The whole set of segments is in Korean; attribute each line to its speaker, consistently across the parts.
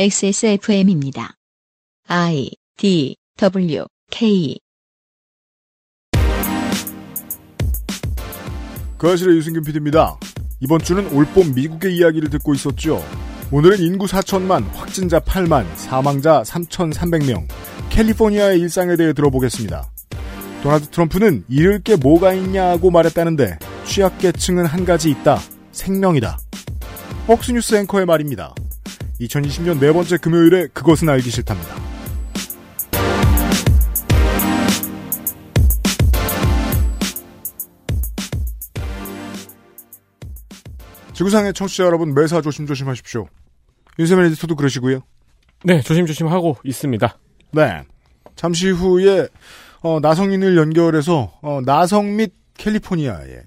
Speaker 1: XSFM입니다. I D W K
Speaker 2: 그아실의 유승균 PD입니다. 이번 주는 올봄 미국의 이야기를 듣고 있었죠. 오늘은 인구 4천만, 확진자 8만, 사망자 3,300명, 캘리포니아의 일상에 대해 들어보겠습니다. 도나드 트럼프는 잃을 게 뭐가 있냐고 말했다는데 취약계층은 한 가지 있다. 생명이다. 폭스뉴스 앵커의 말입니다. 2020년 네 번째 금요일에 그것은 알기 싫답니다. 지구상의 청취자 여러분 매사 조심조심하십시오. 윤세민 에디터도 그러시고요.
Speaker 3: 네, 조심조심하고 있습니다.
Speaker 2: 네. 잠시 후에 어, 나성인을 연결해서 어, 나성 및 캘리포니아의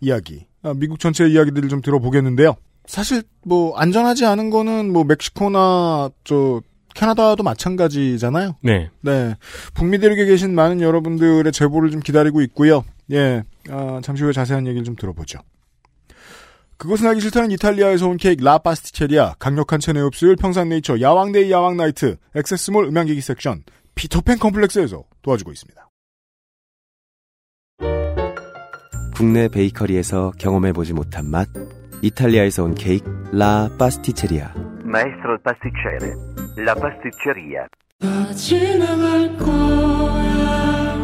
Speaker 2: 이야기, 아, 미국 전체의 이야기들을 좀 들어보겠는데요. 사실 뭐 안전하지 않은 거는 뭐 멕시코나 저 캐나다도 마찬가지잖아요.
Speaker 3: 네.
Speaker 2: 네. 북미 대륙에 계신 많은 여러분들의 제보를 좀 기다리고 있고요. 예. 아, 잠시 후에 자세한 얘기를 좀 들어보죠. 그것은 하기 싫다는 이탈리아에서 온 케이크 라 파스티체리아, 강력한 체내 흡수율 평산네이처 야왕데이 야왕나이트, 액세스몰 음향기기 섹션, 피터팬 컴플렉스에서 도와주고 있습니다.
Speaker 4: 국내 베이커리에서 경험해보지 못한 맛 이탈리아에서 온 케이크 라 파스티체리아
Speaker 5: Maestro pasticcere, la pasticceria.
Speaker 6: 다 지나갈 거야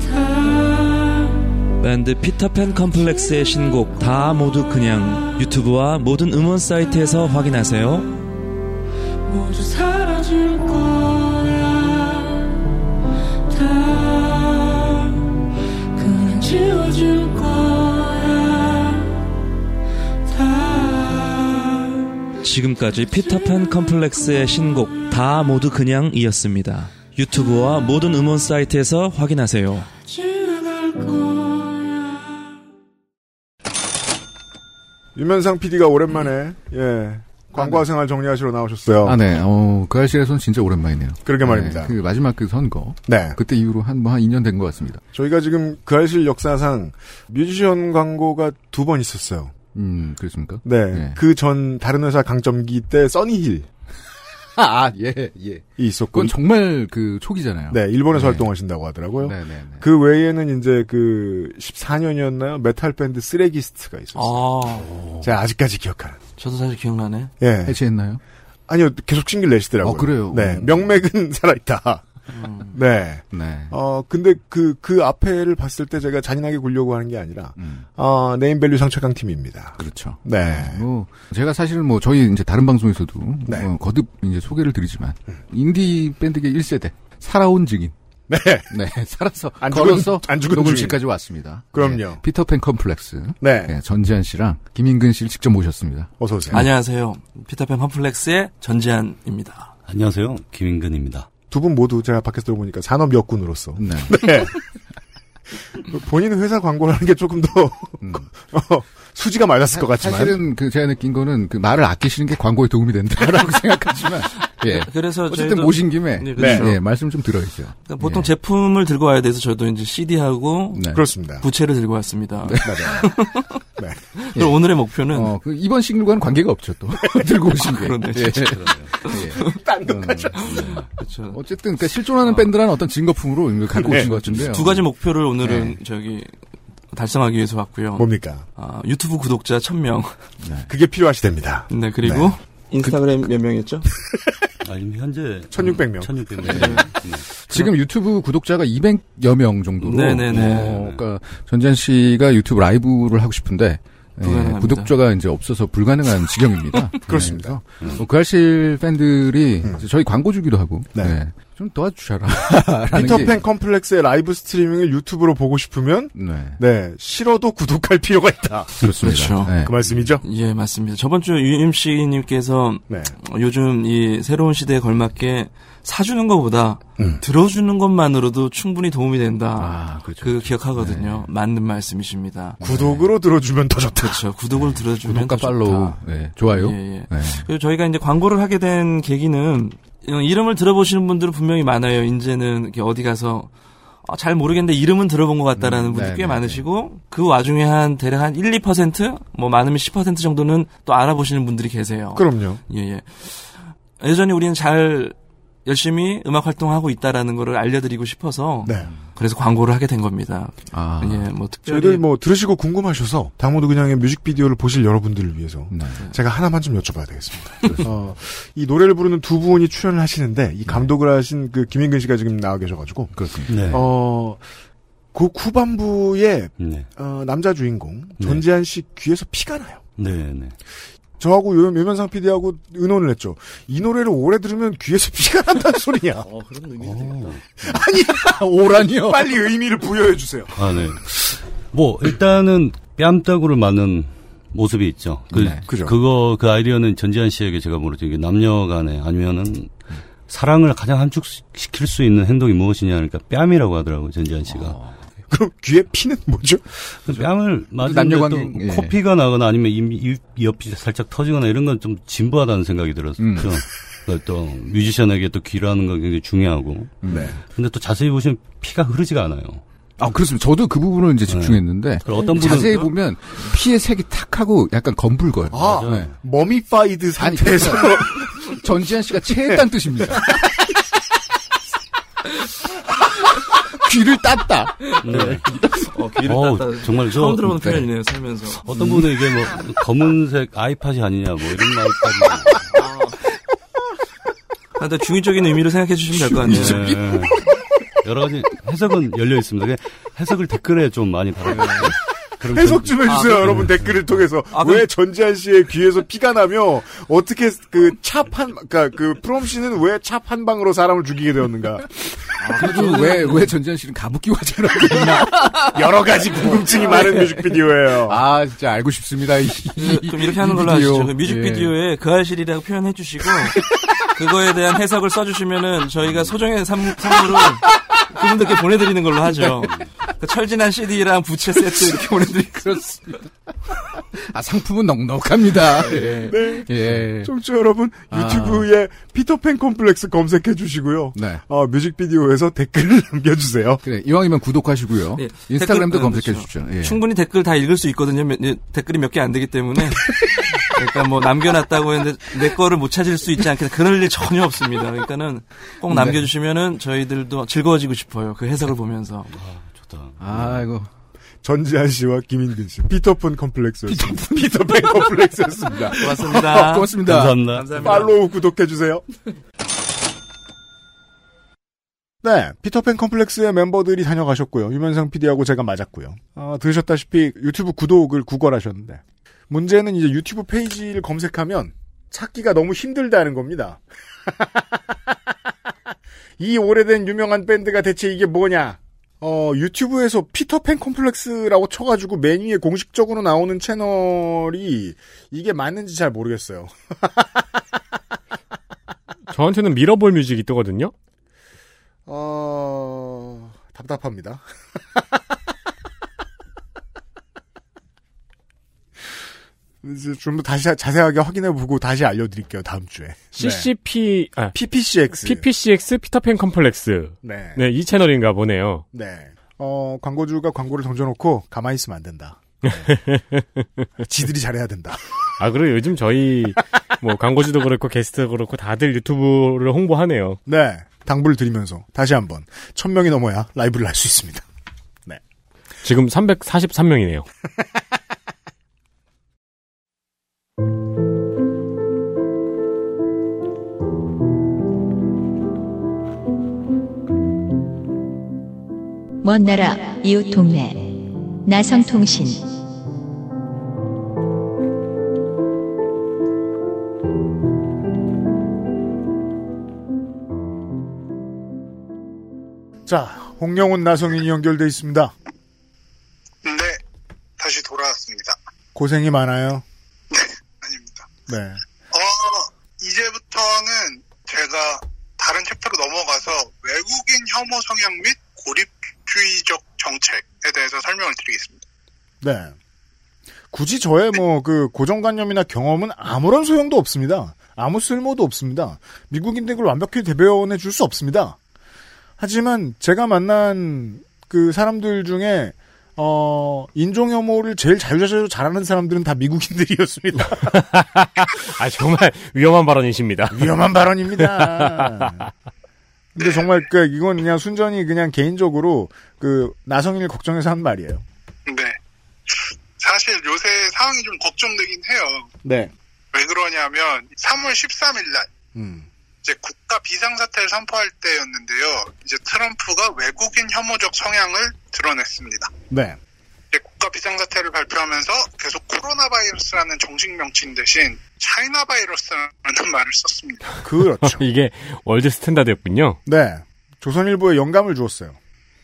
Speaker 6: 다
Speaker 7: 밴드 피터팬 컴플렉스의 신곡 다 모두 그냥 유튜브와 모든 음원 사이트에서 확인하세요.
Speaker 6: 모두 사라질 거야 다 그냥 지워질 거야 다
Speaker 7: 지금까지 피터팬 컴플렉스의 신곡 다 모두 그냥이었습니다. 유튜브와 모든 음원 사이트에서 확인하세요.
Speaker 6: 지나갈 거야
Speaker 2: 유면상 PD가 오랜만에 예 광고 생활 정리하시러 나오셨어요.
Speaker 8: 아, 네. 어, 그 아실에선 진짜 오랜만이네요.
Speaker 2: 그러게 말입니다.
Speaker 8: 네, 그 마지막 그 선거.
Speaker 2: 네.
Speaker 8: 그때 이후로 한, 뭐, 한 2년 된 것 같습니다.
Speaker 2: 저희가 지금 그 알실 역사상 뮤지션 광고가 두 번 있었어요.
Speaker 8: 음, 그렇습니까?
Speaker 2: 네.
Speaker 8: 네.
Speaker 2: 그 전 다른 회사 강점기 때 써니힐이
Speaker 8: 아, 아, 예, 예.
Speaker 2: 있었고.
Speaker 8: 그건 정말 그 초기잖아요.
Speaker 2: 음. 네, 일본에서
Speaker 8: 네.
Speaker 2: 활동하신다고 하더라고요.
Speaker 8: 네, 네, 네.
Speaker 2: 그 외에는 이제 그 14년이었나요? 메탈 밴드 쓰레기스트가 있었어요.
Speaker 9: 아,
Speaker 2: 제가 아직까지 기억하는.
Speaker 9: 저도 사실 기억나네.
Speaker 2: 예.
Speaker 8: 해체했나요?
Speaker 2: 아니요, 계속 싱글 내시더라고요.
Speaker 8: 어, 그래요?
Speaker 2: 네.
Speaker 8: 음.
Speaker 2: 명맥은 살아있다. 네.
Speaker 8: 네.
Speaker 2: 어, 근데 그, 그 앞에를 봤을 때 제가 잔인하게 굴려고 하는 게 아니라,
Speaker 8: 음,
Speaker 2: 어, 네임밸류 상처강 팀입니다.
Speaker 8: 그렇죠.
Speaker 2: 네.
Speaker 8: 뭐, 제가 사실은 뭐, 저희 이제 다른 방송에서도.
Speaker 2: 네.
Speaker 8: 어, 거듭 이제 소개를 드리지만. 인디 밴드계 1세대. 살아온 증인.
Speaker 2: 네.
Speaker 8: 네. 살아서.
Speaker 2: 안 죽은-
Speaker 8: 걸어서.
Speaker 2: 안 죽은
Speaker 8: 녹음실까지 왔습니다.
Speaker 2: 그럼요.
Speaker 8: 네, 피터팬 컴플렉스.
Speaker 2: 네.
Speaker 8: 네, 전지현 씨랑 김인근 씨를 직접 모셨습니다.
Speaker 2: 어서오세요.
Speaker 9: 안녕하세요. 피터팬 펌플렉스의 전지현입니다.
Speaker 10: 안녕하세요. 김인근입니다.
Speaker 2: 두 분 모두 제가 밖에서 들어보니까 산업 여군으로서.
Speaker 8: 네.
Speaker 2: 네. 그 본인 회사 광고를 하는 게 조금 더
Speaker 8: 음.
Speaker 2: 어, 수지가 맞았을 것 같지만.
Speaker 8: 사실은 그 제가 느낀 거는 그 말을 아끼시는 게 광고에 도움이 된다라고 생각하지만 예
Speaker 9: 그래서
Speaker 8: 어쨌든
Speaker 9: 저희도
Speaker 8: 모신 김에
Speaker 9: 네,
Speaker 2: 그렇죠.
Speaker 8: 예, 말씀 좀 들어야죠.
Speaker 9: 그러니까 보통
Speaker 8: 예.
Speaker 9: 제품을 들고 와야 돼서 저도 이제 CD하고
Speaker 8: 네.
Speaker 2: 그렇습니다.
Speaker 9: 부채를 들고 왔습니다.
Speaker 2: 네.
Speaker 9: 그럼 오늘의 목표는
Speaker 8: 어, 그 이번 싱글과는 관계가 없죠 또 들고 오신 게.
Speaker 9: 아, 그러네,
Speaker 8: 예. 예.
Speaker 2: 딴거 가져.
Speaker 9: 그렇죠. 아.
Speaker 8: 어쨌든 그러니까 실존하는 밴드라는 어떤 증거품으로 이걸 갖고
Speaker 2: 네.
Speaker 8: 오신 것 같은데요. 네.
Speaker 9: 두 가지 뭐- 목표를 오늘은 저기 달성하기 위해서 왔고요.
Speaker 8: 뭐,
Speaker 2: 뭡니까?
Speaker 9: 아, 유튜브 구독자 1000명.
Speaker 8: 네.
Speaker 2: 그게 필요하시답니다.
Speaker 8: 음,
Speaker 9: 네, 그리고 인스타그램 몇 명이었죠?
Speaker 10: 아, 지금 현재
Speaker 2: 1600명.
Speaker 8: 네.
Speaker 10: 1600명.
Speaker 8: 지금 유튜브 구독자가 200여 명 정도로.
Speaker 9: 네네네.
Speaker 8: 어, 그러니까 전지현 씨가 유튜브 라이브를 하고 싶은데 예,
Speaker 9: 불가능합니다.
Speaker 8: 구독자가 이제 없어서 불가능한 지경입니다.
Speaker 2: 그렇습니다.
Speaker 8: 네,
Speaker 9: 음.
Speaker 8: 그래서 어, 그 알실 팬들이
Speaker 2: 음.
Speaker 8: 이제 저희 광고 주기도 하고
Speaker 2: 네.
Speaker 8: 네, 좀 도와주셔라. 라는 게-
Speaker 2: 피터팬 컴플렉스의 라이브 스트리밍을 유튜브로 보고 싶으면
Speaker 8: 네,
Speaker 2: 네 싫어도 구독할 필요가 있다.
Speaker 8: 그렇습니다.
Speaker 9: 그렇죠.
Speaker 8: 네.
Speaker 2: 그 말씀이죠?
Speaker 9: 예, 맞습니다. 저번 주 UMC 님께서
Speaker 2: 네.
Speaker 9: 요즘 이 새로운 시대에 걸맞게 사주는 것보다
Speaker 2: 음.
Speaker 9: 들어주는 것만으로도 충분히 도움이 된다.
Speaker 8: 아, 그렇죠.
Speaker 9: 그 기억하거든요. 맞는 말씀이십니다.
Speaker 2: 구독으로 들어주면 더 좋다.
Speaker 9: 그렇죠. 구독을 들어주면
Speaker 8: 구독과
Speaker 9: 더 좋다.
Speaker 8: 팔로우, 네, 좋아요.
Speaker 9: 예, 예.
Speaker 8: 네.
Speaker 9: 그리고 저희가 이제 광고를 하게 된 계기는 어, 이름을 들어보시는 분들은 분명히 많아요. 이제는 이렇게 어디 가서 아, 잘 모르겠는데 이름은 들어본 것 같다라는
Speaker 8: 음,
Speaker 9: 분들
Speaker 8: 네,
Speaker 9: 꽤
Speaker 8: 네,
Speaker 9: 많으시고 그 와중에 한 대략 한 1, 뭐
Speaker 8: 어.
Speaker 9: 2%뭐 많으면 10% 정도는 또 알아보시는 분들이 계세요.
Speaker 2: 그럼요.
Speaker 9: 예, 예. 여전히 우리는 잘 열심히 음악 활동하고 있다라는 거를 알려드리고 싶어서
Speaker 2: 네.
Speaker 8: 음.
Speaker 9: 그래서 광고를 하게 된 겁니다.
Speaker 8: 아.
Speaker 9: 예, 뭐 특별히
Speaker 2: 저희들 뭐 들으시고 궁금하셔서 당모도 그냥의 뮤직비디오를 보실 여러분들을 위해서
Speaker 8: 네.
Speaker 2: 제가 하나만 좀 여쭤봐야
Speaker 8: 음.
Speaker 2: 되겠습니다. 어, 이 노래를 부르는 두 분이 출연을 하시는데
Speaker 8: 네.
Speaker 2: 이 감독을 하신 그 김인근 씨가 지금 나와 계셔가지고
Speaker 8: 그렇습니다.
Speaker 6: 네.
Speaker 2: 어, 그 후반부에
Speaker 6: 네.
Speaker 2: 어, 남자 주인공
Speaker 6: 네.
Speaker 2: 전지현 씨 귀에서 피가 나요.
Speaker 6: 네. 네.
Speaker 2: 저하고 요- 유면상 PD하고 의논을 했죠. 이 노래를 오래 들으면 귀에서 피가 난다는 소리야.
Speaker 6: 오.
Speaker 8: 오란이요.
Speaker 2: 빨리 의미를 부여해 주세요.
Speaker 6: 아, 네. 뭐, 일단은 뺨따구를 맞는 모습이 있죠. 그,
Speaker 8: 네,
Speaker 2: 그죠.
Speaker 6: 그거, 그 아이디어는 전지현 씨에게 제가 물었죠. 이게 남녀 간에 아니면은
Speaker 8: 음.
Speaker 6: 사랑을 가장 함축시킬 수 있는 행동이 무엇이냐 하니까 뺨이라고 하더라고요, 전지현 씨가.
Speaker 8: 아,
Speaker 2: 그럼 귀에 피는 뭐죠?
Speaker 6: 그 뺨을
Speaker 8: 남녀
Speaker 6: 맞으면 또
Speaker 8: 관계, 예.
Speaker 6: 코피가 나거나 아니면 입, 입, 옆이 살짝 터지거나 이런 건 좀 진부하다는 생각이 들었죠.
Speaker 8: 음.
Speaker 6: 그러니까 또 뮤지션에게 또 귀라는 건 굉장히 중요하고.
Speaker 9: 음.
Speaker 8: 네.
Speaker 6: 근데 또 자세히 보시면 피가 흐르지가 않아요.
Speaker 8: 아, 그렇습니다. 저도 그 부분을
Speaker 9: 네.
Speaker 8: 이제 집중했는데.
Speaker 6: 그리고 어떤 분은
Speaker 8: 자세히 보면 피의 색이 탁 하고 약간 검붉어요.
Speaker 2: 아,
Speaker 8: 네.
Speaker 2: 머미파이드
Speaker 8: 아니,
Speaker 2: 상태에서
Speaker 8: 전지현 씨가 체했단 뜻입니다. 귀를 땄다.
Speaker 6: 네.
Speaker 9: 어, 귀를
Speaker 6: 어우,
Speaker 9: 땄다.
Speaker 6: 정말 저-
Speaker 9: 처음 들어보는
Speaker 8: 네.
Speaker 9: 표현이네요. 살면서
Speaker 6: 어떤 분은 이게 뭐 검은색 아이팟이 아니냐 뭐 이런 말까지.
Speaker 9: 아, 근 중의적인 의미로 생각해 주시면 될 것 같네요.
Speaker 6: 네. 여러 가지 해석은 열려 있습니다. 그냥 해석을 댓글에 좀 많이 달아요. 그럼
Speaker 2: 해석 좀 해주세요, 여러분 댓글을 통해서 왜 전지현 씨의 귀에서 피가 나며 어떻게 그찹한 그러니까 그 프롬 씨는 왜 찹 한 방으로 사람을 죽이게 되었는가
Speaker 9: 아,
Speaker 8: 그래도
Speaker 9: 그렇죠.
Speaker 8: 왜, 왜 전지현 씨는 가부키 화제로 하고 있나.
Speaker 2: 여러 가지 궁금증이 많은 뮤직비디오예요.
Speaker 8: 아, 진짜 알고 싶습니다. 이, 이,
Speaker 9: 네, 그럼 이렇게 하는
Speaker 8: 이
Speaker 9: 걸로
Speaker 8: 비디오. 예.
Speaker 9: 하시죠. 그 뮤직비디오에 그 알실이라고 표현해 주시고 그거에 대한 해석을 써주시면은 저희가 소정의 선- 선물을 그분들께 보내드리는 걸로 하죠. 그 철진한 CD랑 부채 세트 이렇게 보내드리.
Speaker 8: 예, 그렇습니다. 아, 상품은 넉넉합니다. 예.
Speaker 2: 네.
Speaker 8: 예.
Speaker 2: 청취 자 여러분 유튜브에 피터팬 콤플렉스 검색해 주시고요.
Speaker 8: 네.
Speaker 2: 어, 뮤직비디오에서 댓글을 남겨주세요.
Speaker 8: 그래, 이왕이면 구독하시고요.
Speaker 9: 예,
Speaker 8: 인스타그램도
Speaker 9: 댓글-
Speaker 8: 검색해
Speaker 9: 그렇죠.
Speaker 8: 주십시오. 예.
Speaker 9: 충분히 댓글 다 읽을 수 있거든요. 몇- 예, 댓글이 몇 개 안 되기 때문에. 그러니까 뭐 남겨놨다고 했는데 내 거를 못 찾을 수 있지 않겠다. 그럴 일 전혀 없습니다. 그러니까는 꼭 남겨주시면은 저희들도 즐거워지고 싶어요. 그 해석을 보면서.
Speaker 6: 좋다.
Speaker 8: 아이고.
Speaker 2: 전지현 씨와 김인근 씨 피터팬 콤플렉스였습니다. 피터팬 콤플렉스였습니다. 아,
Speaker 9: 고맙습니다.
Speaker 8: 고맙습니다.
Speaker 6: 감사합니다.
Speaker 2: 팔로우 구독해주세요. 네, 피터팬 컴플렉스의 멤버들이 다녀가셨고요. 유면상 PD하고 제가 맞았고요. 아, 들으셨다시피 유튜브 구독을 구걸하셨는데 문제는 이제 유튜브 페이지를 검색하면 찾기가 너무 힘들다는 겁니다. 이 오래된 유명한 밴드가 대체 이게 뭐냐? 어, 유튜브에서 피터팬 컴플렉스라고 쳐가지고 맨 위에 공식적으로 나오는 채널이 이게 맞는지 잘 모르겠어요.
Speaker 3: 저한테는 밀어볼 뮤직이 뜨거든요.
Speaker 2: 어, 답답합니다. 이제 좀 다시 자세하게 확인해보고 다시 알려드릴게요, 다음 주에.
Speaker 3: CCP, 아,
Speaker 2: PPCX.
Speaker 3: PPCX 피터팬 컴플렉스.
Speaker 2: 네. 네.
Speaker 3: 네, 이 채널인가 보네요.
Speaker 2: 어, 광고주가 광고를 던져놓고 가만히 있으면 안 된다. 네. 지들이 잘해야 된다.
Speaker 3: 아, 그리고 요즘 저희, 뭐, 광고주도 그렇고, 게스트도 그렇고, 다들 유튜브를 홍보하네요.
Speaker 2: 네. 당부를 드리면서 다시 한번 천명이 넘어야 라이브를 할 수 있습니다.
Speaker 3: 지금 343명이네요.
Speaker 1: 먼 나라 이웃 동네 나성통신
Speaker 2: 자, 홍영훈 나성인이 연결돼 있습니다.
Speaker 5: 네, 다시 돌아왔습니다.
Speaker 2: 고생이 많아요.
Speaker 5: 아닙니다.
Speaker 2: 네.
Speaker 5: 어, 이제부터는 제가 다른 챕터로 넘어가서 외국인 혐오 성향 및 고립주의적 정책에 대해서 설명을 드리겠습니다.
Speaker 2: 네. 굳이 저의 뭐 그 고정관념이나 경험은 아무런 소용도 없습니다. 아무 쓸모도 없습니다. 미국인들을 완벽히 대변해 줄 수 없습니다. 하지만 제가 만난 그 사람들 중에 어, 인종 혐오를 제일 자유자재로 잘하는 사람들은 다 미국인들이었습니다.
Speaker 3: 아 정말 위험한 발언이십니다.
Speaker 2: 위험한 발언입니다. 근데 정말 그 이건 그냥 순전히 그냥 개인적으로 그 나성인을 걱정해서 한 말이에요.
Speaker 8: 네. 사실 요새 그 상황이 좀 걱정되긴 해요.
Speaker 2: 네.
Speaker 8: 왜 그러냐면 3월 13일 날
Speaker 2: 음.
Speaker 8: 이제 국가 비상사태를 선포할 때였는데요. 이제 트럼프가 외국인 혐오적 성향을 드러냈습니다.
Speaker 2: 네.
Speaker 8: 이제 국가 비상사태를 발표하면서 계속 코로나 바이러스라는 정식 명칭 대신 차이나 바이러스라는 말을 썼습니다.
Speaker 2: 그렇죠.
Speaker 3: 이게 월드 스탠다드였군요.
Speaker 2: 네. 조선일보에 영감을 주었어요.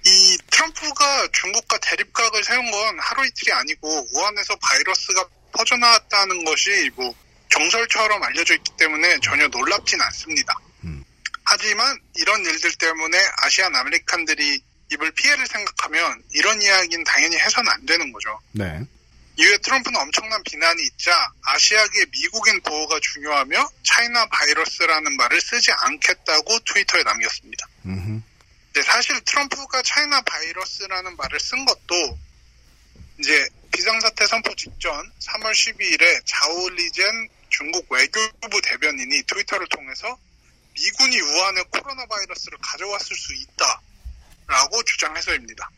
Speaker 8: 이 트럼프가 중국과 대립각을 세운 건 하루 이틀이 아니고 우한에서 바이러스가 퍼져나왔다는 것이 뭐 정설처럼 알려져 있기 때문에 전혀 놀랍진 않습니다. 하지만 이런 일들 때문에 아시안 아메리칸들이 입을 피해를 생각하면 이런 이야기는 당연히 해서는 안 되는 거죠.
Speaker 2: 네.
Speaker 8: 이후에 트럼프는 엄청난 비난이 있자 아시아계 미국인 보호가 중요하며 차이나 바이러스라는 말을 쓰지 않겠다고 트위터에 남겼습니다. 이제 네, 사실 트럼프가 차이나 바이러스라는 말을 쓴 것도 이제 비상사태 선포 직전 3월 12일에 자오리젠 중국 외교부 대변인이 트위터를 통해서 미군이 우한에 코로나 바이러스를 가져왔을 수 있다라고 주장해서입니다.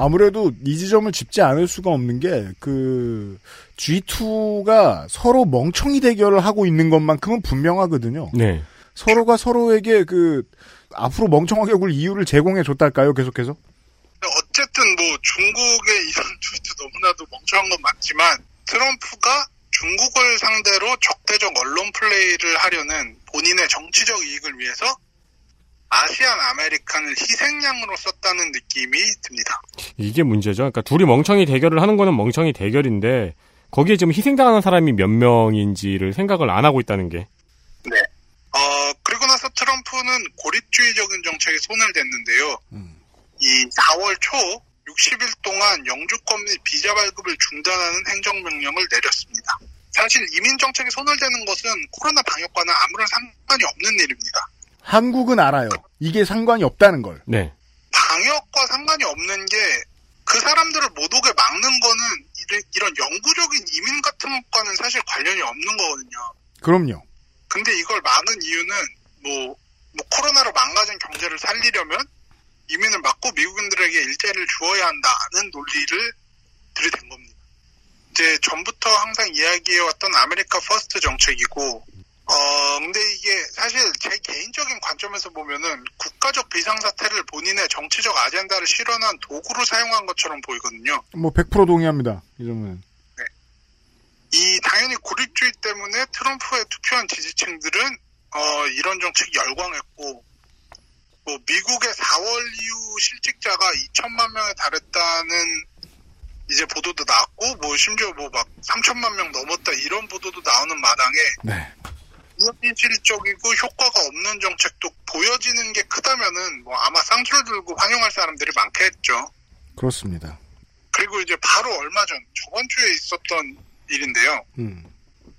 Speaker 2: 아무래도 이 지점을 짚지 않을 수가 없는 게 그 G2가 서로 멍청이 대결을 하고 있는 것만큼은 분명하거든요.
Speaker 3: 네.
Speaker 2: 서로가 서로에게 그 앞으로 멍청하게 굴 이유를 제공해 줬달까요? 계속해서.
Speaker 8: 근데 어쨌든 뭐 중국의 이런 트위트 너무나도 멍청한 건 맞지만 트럼프가 중국을 상대로 적대적 언론 플레이를 하려는 본인의 정치적 이익을 위해서 아시안 아메리칸을 희생양으로 썼다는 느낌이 듭니다.
Speaker 3: 이게 문제죠. 그러니까 둘이 멍청이 대결을 하는 거는 멍청이 대결인데 거기에 지금 희생당하는 사람이 몇 명인지를 생각을 안 하고 있다는 게.
Speaker 8: 네. 어, 그리고 나서 트럼프는 고립주의적인 정책에 손을 댔는데요. 이 4월 초 60일 동안 영주권 및 비자 발급을 중단하는 행정명령을 내렸습니다. 사실 이민 정책에 손을 대는 것은 코로나 방역과는 아무런 상관이 없는 일입니다.
Speaker 2: 한국은 알아요. 이게 상관이 없다는 걸.
Speaker 3: 네.
Speaker 8: 방역과 상관이 없는 게 그 사람들을 못 오게 막는 거는 이래- 이런 영구적인 이민 같은 것과는 사실 관련이 없는 거거든요.
Speaker 2: 그럼요.
Speaker 8: 근데 이걸 막은 이유는 뭐, 뭐 코로나로 망가진 경제를 살리려면 이민을 막고 미국인들에게 일자리를 주어야 한다는 논리를 들이댄 겁니다. 이제 전부터 항상 이야기해왔던 아메리카 퍼스트 정책이고 어 근데 이게 사실 제 개인적인 관점에서 보면은 국가적 비상사태를 본인의 정치적 아젠다를 실현한 도구로 사용한 것처럼 보이거든요.
Speaker 2: 뭐 100% 동의합니다. 이 점은.
Speaker 8: 이 당연히 고립주의 때문에 트럼프에 투표한 지지층들은 어, 이런 정책 열광했고 뭐 미국의 4월 이후 실직자가 2천만 명에 달했다는 이제 보도도 나왔고 뭐 심지어 뭐 막 3천만 명 넘었다 이런 보도도 나오는 마당에
Speaker 2: 네.
Speaker 8: 무현실적이고 효과가 없는 정책도 보여지는 게 크다면은 뭐 아마 쌍수를 들고 환영할 사람들이 많겠죠.
Speaker 2: 그렇습니다.
Speaker 8: 그리고 이제 바로 얼마 전 저번 주에 있었던 일인데요.
Speaker 2: 음.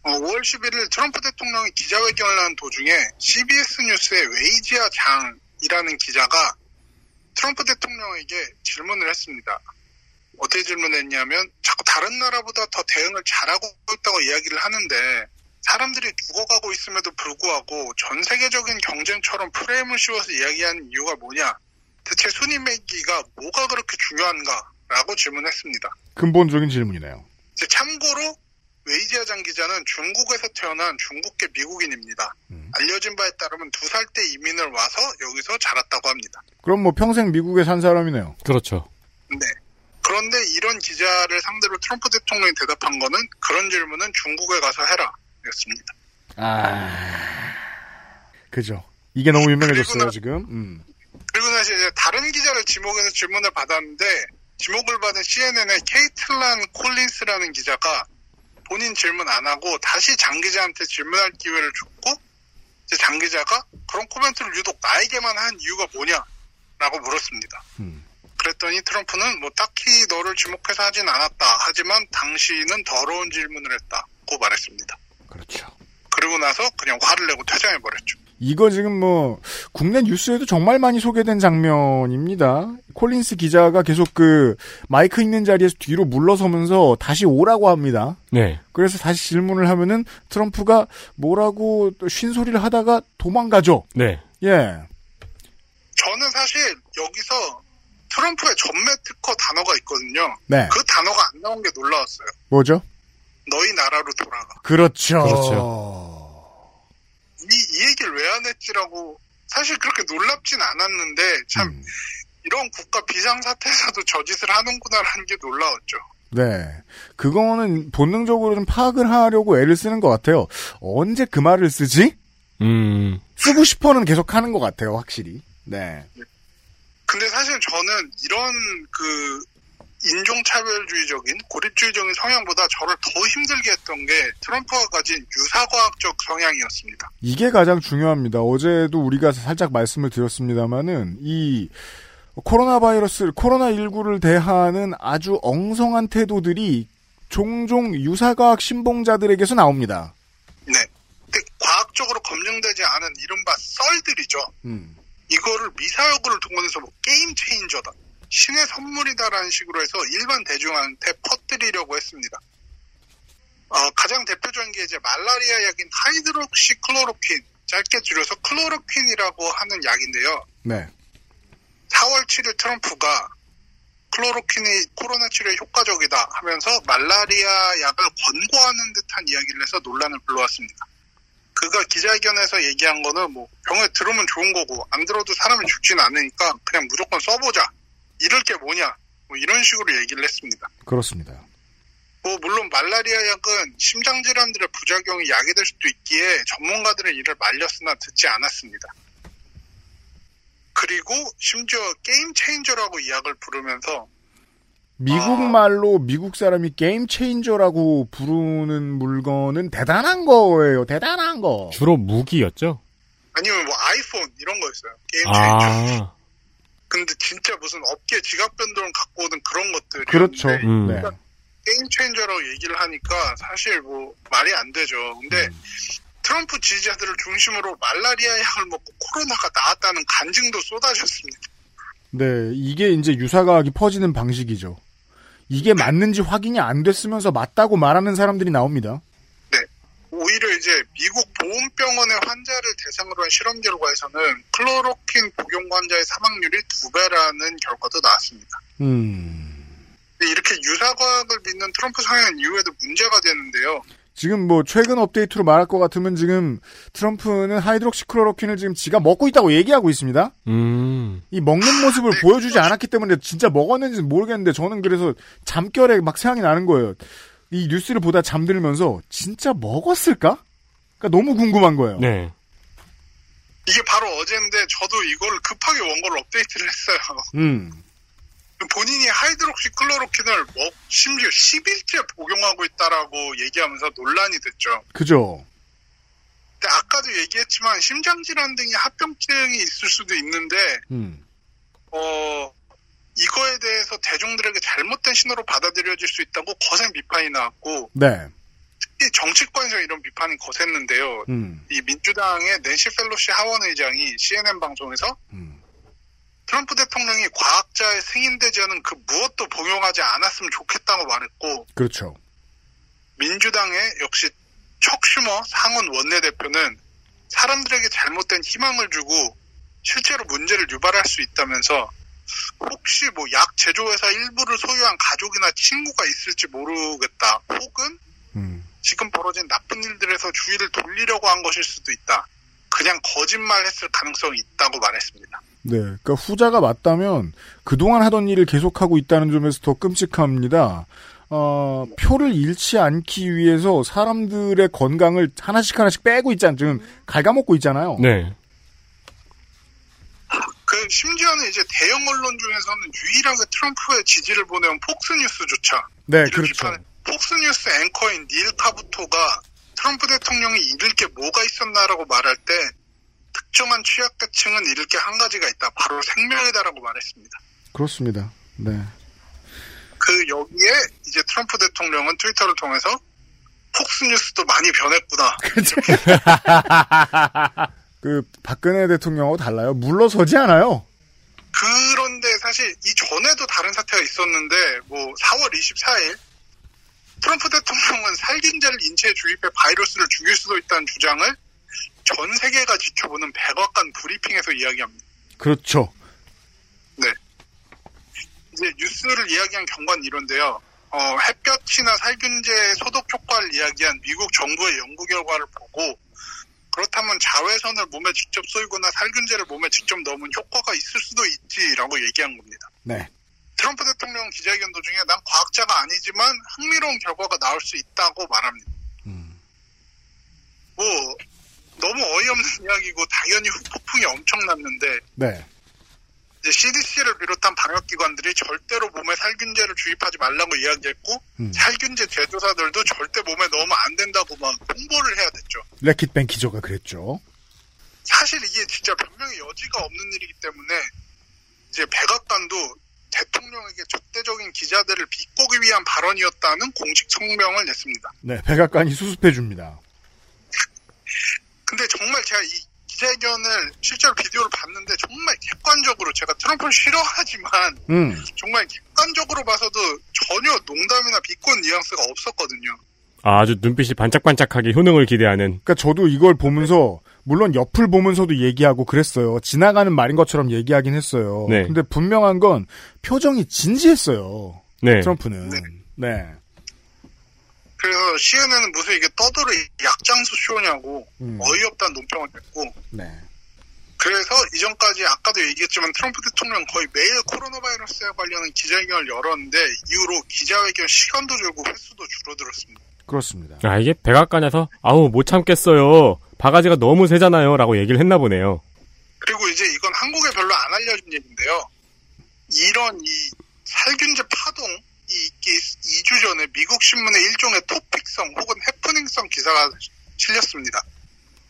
Speaker 8: 어, 5월 11일 트럼프 대통령이 기자회견을 하는 도중에 CBS 뉴스의 웨이지아 장이라는 기자가 트럼프 대통령에게 질문을 했습니다. 어떻게 질문했냐면 자꾸 다른 나라보다 더 대응을 잘하고 있다고 이야기를 하는데 사람들이 죽어가고 있음에도 불구하고 전 세계적인 경쟁처럼 프레임을 씌워서 이야기하는 이유가 뭐냐? 대체 순위 매기가 뭐가 그렇게 중요한가? 라고 질문했습니다.
Speaker 2: 근본적인 질문이네요.
Speaker 8: 이제 참고로 웨이지아 장 기자는 중국에서 태어난 중국계 미국인입니다. 알려진 바에 따르면 두 살 때 이민을 와서 여기서 자랐다고 합니다.
Speaker 2: 그럼 뭐 평생 미국에 산 사람이네요.
Speaker 3: 그렇죠.
Speaker 8: 네. 그런데 이런 기자를 상대로 트럼프 대통령이 대답한 거는 그런 질문은 중국에 가서 해라. 였습니다.
Speaker 2: 그죠. 이게 너무 유명해졌어요, 지금. 음.
Speaker 8: 그리고 나서 이제 다른 기자를 지목해서 질문을 받았는데 지목을 받은 CNN의 케이틀란 콜린스라는 기자가 본인 질문 안 하고 다시 장 기자한테 질문할 기회를 줬고 이제 장 기자가 그런 코멘트를 유독 나에게만 한 이유가 뭐냐라고 물었습니다.
Speaker 2: 음.
Speaker 8: 그랬더니 트럼프는 뭐 딱히 너를 지목해서 하진 않았다. 하지만 당신은 더러운 질문을 했다고 말했습니다.
Speaker 2: 그렇죠.
Speaker 8: 그리고 나서 그냥 화를 내고 퇴장해버렸죠.
Speaker 2: 이거 지금 뭐 국내 뉴스에도 정말 많이 소개된 장면입니다. 콜린스 기자가 계속 그 마이크 있는 자리에서 뒤로 물러서면서 다시 오라고 합니다.
Speaker 3: 네.
Speaker 2: 그래서 다시 질문을 하면은 트럼프가 뭐라고 또 쉰소리를 하다가 도망가죠.
Speaker 3: 네.
Speaker 2: 예.
Speaker 8: 저는 사실 여기서 트럼프의 전매 특허 단어가 있거든요.
Speaker 2: 네.
Speaker 8: 그 단어가 안 나온 게 놀라웠어요.
Speaker 2: 뭐죠?
Speaker 8: 너희 나라로 돌아가.
Speaker 2: 그렇죠.
Speaker 8: 이, 이 얘기를 왜 안 했지라고 사실 그렇게 놀랍진 않았는데 참 이런 국가 비상사태에서도 저짓을 하는구나라는 게 놀라웠죠.
Speaker 2: 네. 그거는 본능적으로 좀 파악을 하려고 애를 쓰는 것 같아요. 언제 그 말을 쓰지?
Speaker 3: 음.
Speaker 2: 쓰고 싶어는 계속 하는 것 같아요, 확실히. 네.
Speaker 8: 근데 사실 저는 이런 그 인종차별주의적인 고립주의적인 성향보다 저를 더 힘들게 했던 게 트럼프가 가진 유사과학적 성향이었습니다.
Speaker 2: 이게 가장 중요합니다. 어제도 우리가 살짝 말씀을 드렸습니다만은 이 코로나 바이러스, 코로나 19를 대하는 아주 엉성한 태도들이 종종 유사과학 신봉자들에게서 나옵니다.
Speaker 8: 네. 근데 과학적으로 검증되지 않은 이른바 썰들이죠.
Speaker 2: 음.
Speaker 8: 이거를 미사여구를 동원해서 뭐 게임 체인저다. 신의 선물이다라는 식으로 해서 일반 대중한테 퍼뜨리려고 했습니다. 어, 가장 대표적인 게 이제 말라리아 약인 하이드록시 클로로퀸, 짧게 줄여서 클로로퀸이라고 하는 약인데요.
Speaker 2: 네.
Speaker 8: 4월 7일 트럼프가 클로로퀸이 코로나 치료에 효과적이다 하면서 말라리아 약을 권고하는 듯한 이야기를 해서 논란을 불러왔습니다. 그가 기자회견에서 얘기한 거는 뭐 병에 들으면 좋은 거고 안 들어도 사람이 죽진 않으니까 그냥 무조건 써보자. 이럴 게 뭐냐. 뭐 이런 식으로 얘기를 했습니다.
Speaker 2: 그렇습니다.
Speaker 8: 뭐 물론 말라리아 약은 심장 질환들의 부작용이 약이 될 수도 있기에 전문가들은 이를 말렸으나 듣지 않았습니다. 그리고 심지어 게임 체인저라고 이 약을 부르면서
Speaker 2: 미국 말로 미국 사람이 게임 체인저라고 부르는 물건은 대단한 거예요. 대단한 거.
Speaker 3: 주로 무기였죠?
Speaker 8: 아니면 뭐 아이폰 이런 거였어요. 게임 체인저.
Speaker 3: 아.
Speaker 8: 근데 진짜 무슨 업계 지각 변동을 갖고 오는 그런 것들이
Speaker 2: 그렇죠.
Speaker 3: 음.
Speaker 2: 네.
Speaker 8: 게임 체인저라고 얘기를 하니까 사실 뭐 말이 안 되죠. 근데 트럼프 지지자들을 중심으로 말라리아 약을 먹고 코로나가 나았다는 간증도 쏟아졌습니다.
Speaker 2: 네, 이게 이제 유사과학이 퍼지는 방식이죠. 이게 맞는지 확인이 안 됐으면서 맞다고 말하는 사람들이 나옵니다.
Speaker 8: 네. 오히려 이제 미국 보훈병원의 환자를 대상으로 한 실험 결과에서는 클로로킨 복용 환자의 사망률이 두 배라는 결과도 나왔습니다.
Speaker 2: 음.
Speaker 8: 근데 이렇게 유사과학을 믿는 트럼프 성향 이후에도 문제가 되는데요.
Speaker 2: 지금 뭐 최근 업데이트로 말할 것 같으면 지금 트럼프는 하이드록시클로로퀸을 지금 지가 먹고 있다고 얘기하고 있습니다.
Speaker 3: 음.
Speaker 2: 이 먹는 모습을 보여주지 않았기 때문에 진짜 먹었는지는 모르겠는데 저는 그래서 잠결에 막 생각이 나는 거예요. 이 뉴스를 보다 잠들면서 진짜 먹었을까? 그러니까 너무 궁금한 거예요.
Speaker 3: 네.
Speaker 8: 이게 바로 어제인데 저도 이걸 급하게 원고를 업데이트를 했어요.
Speaker 2: 음.
Speaker 8: 본인이 하이드록시 클로로킨을 먹, 심지어 10일째 복용하고 있다라고 얘기하면서 논란이 됐죠.
Speaker 2: 그죠.
Speaker 8: 근데 아까도 얘기했지만 심장질환 등의 합병증이 있을 수도 있는데,
Speaker 2: 음.
Speaker 8: 어, 이거에 대해서 대중들에게 잘못된 신호로 받아들여질 수 있다고 거센 비판이 나왔고,
Speaker 2: 네.
Speaker 8: 특히 정치권에서 이런 비판이 거셌는데요.
Speaker 2: 음.
Speaker 8: 이 민주당의 낸시 펠로시 하원의장이 CNN 방송에서 트럼프 대통령이 과학자의 승인되지 않은 그 무엇도 복용하지 않았으면 좋겠다고 말했고
Speaker 2: 그렇죠.
Speaker 8: 민주당의 역시 척슈머 상원 원내대표는 사람들에게 잘못된 희망을 주고 실제로 문제를 유발할 수 있다면서 혹시 뭐 약 제조회사 일부를 소유한 가족이나 친구가 있을지 모르겠다. 혹은
Speaker 2: 음,
Speaker 8: 지금 벌어진 나쁜 일들에서 주의를 돌리려고 한 것일 수도 있다. 그냥 거짓말했을 가능성이 있다고 말했습니다.
Speaker 2: 네. 그러니까 후자가 맞다면 그동안 하던 일을 계속하고 있다는 점에서 더 끔찍합니다. 어, 표를 잃지 않기 위해서 사람들의 건강을 하나씩 하나씩 빼고 있잖아요. 지금 갉아먹고 있잖아요.
Speaker 3: 네.
Speaker 8: 그 심지어는 이제 대형 언론 중에서는 유일하게 트럼프의 지지를 보내온 폭스뉴스조차
Speaker 2: 네, 그렇죠.
Speaker 8: 폭스뉴스 앵커인 닐 카부토가 트럼프 대통령이 잃을 게 뭐가 있었나라고 말할 때 특정한 취약계층은 잃을 게 한 가지가 있다. 바로 생명이다라고 말했습니다.
Speaker 2: 그렇습니다. 네.
Speaker 8: 그 여기에 이제 트럼프 대통령은 트위터를 통해서 폭스뉴스도 많이 변했구나.
Speaker 2: 그 박근혜 대통령하고 달라요. 물러서지 않아요.
Speaker 8: 그런데 사실 이 전에도 다른 사태가 있었는데 뭐 4월 24일 트럼프 대통령은 살균제를 인체에 주입해 바이러스를 죽일 수도 있다는 주장을 전 세계가 지켜보는 백악관 브리핑에서 이야기합니다.
Speaker 2: 그렇죠.
Speaker 8: 네. 이제 뉴스를 이야기한 경관 이런데요. 어, 햇볕이나 살균제 소독 효과를 이야기한 미국 정부의 연구 결과를 보고 그렇다면 자외선을 몸에 직접 쏘이거나 살균제를 몸에 직접 넣으면 효과가 있을 수도 있지라고 얘기한 겁니다.
Speaker 2: 네.
Speaker 8: 트럼프 대통령 기자회견 도중에 난 과학자가 아니지만 흥미로운 결과가 나올 수 있다고 말합니다. 뭐 너무 어이없는 이야기고 당연히 후폭풍이 엄청났는데
Speaker 2: 네.
Speaker 8: 이제 CDC를 비롯한 방역기관들이 절대로 몸에 살균제를 주입하지 말라고 이야기했고
Speaker 2: 음.
Speaker 8: 살균제 제조사들도 절대 몸에 넣으면 안 된다고 막 홍보를 해야 됐죠.
Speaker 2: 레킷뱅 기조가 그랬죠.
Speaker 8: 사실 이게 진짜 변명의 여지가 없는 일이기 때문에 이제 백악관도 대통령에게 적대적인 기자들을 비꼬기 위한 발언이었다는 공식 성명을 냈습니다.
Speaker 2: 네. 백악관이 수습해 줍니다.
Speaker 8: 근데 정말 제가 이 기자회견을 실제로 비디오를 봤는데 정말 객관적으로 제가 트럼프를 싫어하지만
Speaker 2: 음.
Speaker 8: 정말 객관적으로 봐서도 전혀 농담이나 비꼬는 뉘앙스가 없었거든요.
Speaker 3: 아, 아주 눈빛이 반짝반짝하게 효능을 기대하는.
Speaker 2: 그러니까 저도 이걸 보면서 물론 옆을 보면서도 얘기하고 그랬어요. 지나가는 말인 것처럼 얘기하긴 했어요.
Speaker 3: 네.
Speaker 2: 근데 분명한 건 표정이 진지했어요.
Speaker 3: 네.
Speaker 2: 트럼프는. 네.
Speaker 8: 그래서 CNN은 무슨 이게 떠돌이 약장수 쇼냐고
Speaker 2: 음.
Speaker 8: 어이없다는 논평을 했고
Speaker 2: 네.
Speaker 8: 그래서 이전까지 아까도 얘기했지만 트럼프 대통령 은 거의 매일 코로나 바이러스에 관련한 기자회견을 열었는데 이후로 기자회견 시간도 줄고 횟수도 줄어들었습니다.
Speaker 2: 그렇습니다.
Speaker 3: 아, 이게 백악관에서 아우 못 참겠어요. 바가지가 너무 세잖아요라고 얘기를 했나 보네요.
Speaker 8: 그리고 이제 이건 한국에 별로 안 알려진 얘기인데요. 이런 이 살균제 파동이 있기 2주 전에 미국 신문의 일종의 토픽성 혹은 해프닝성 기사가 실렸습니다.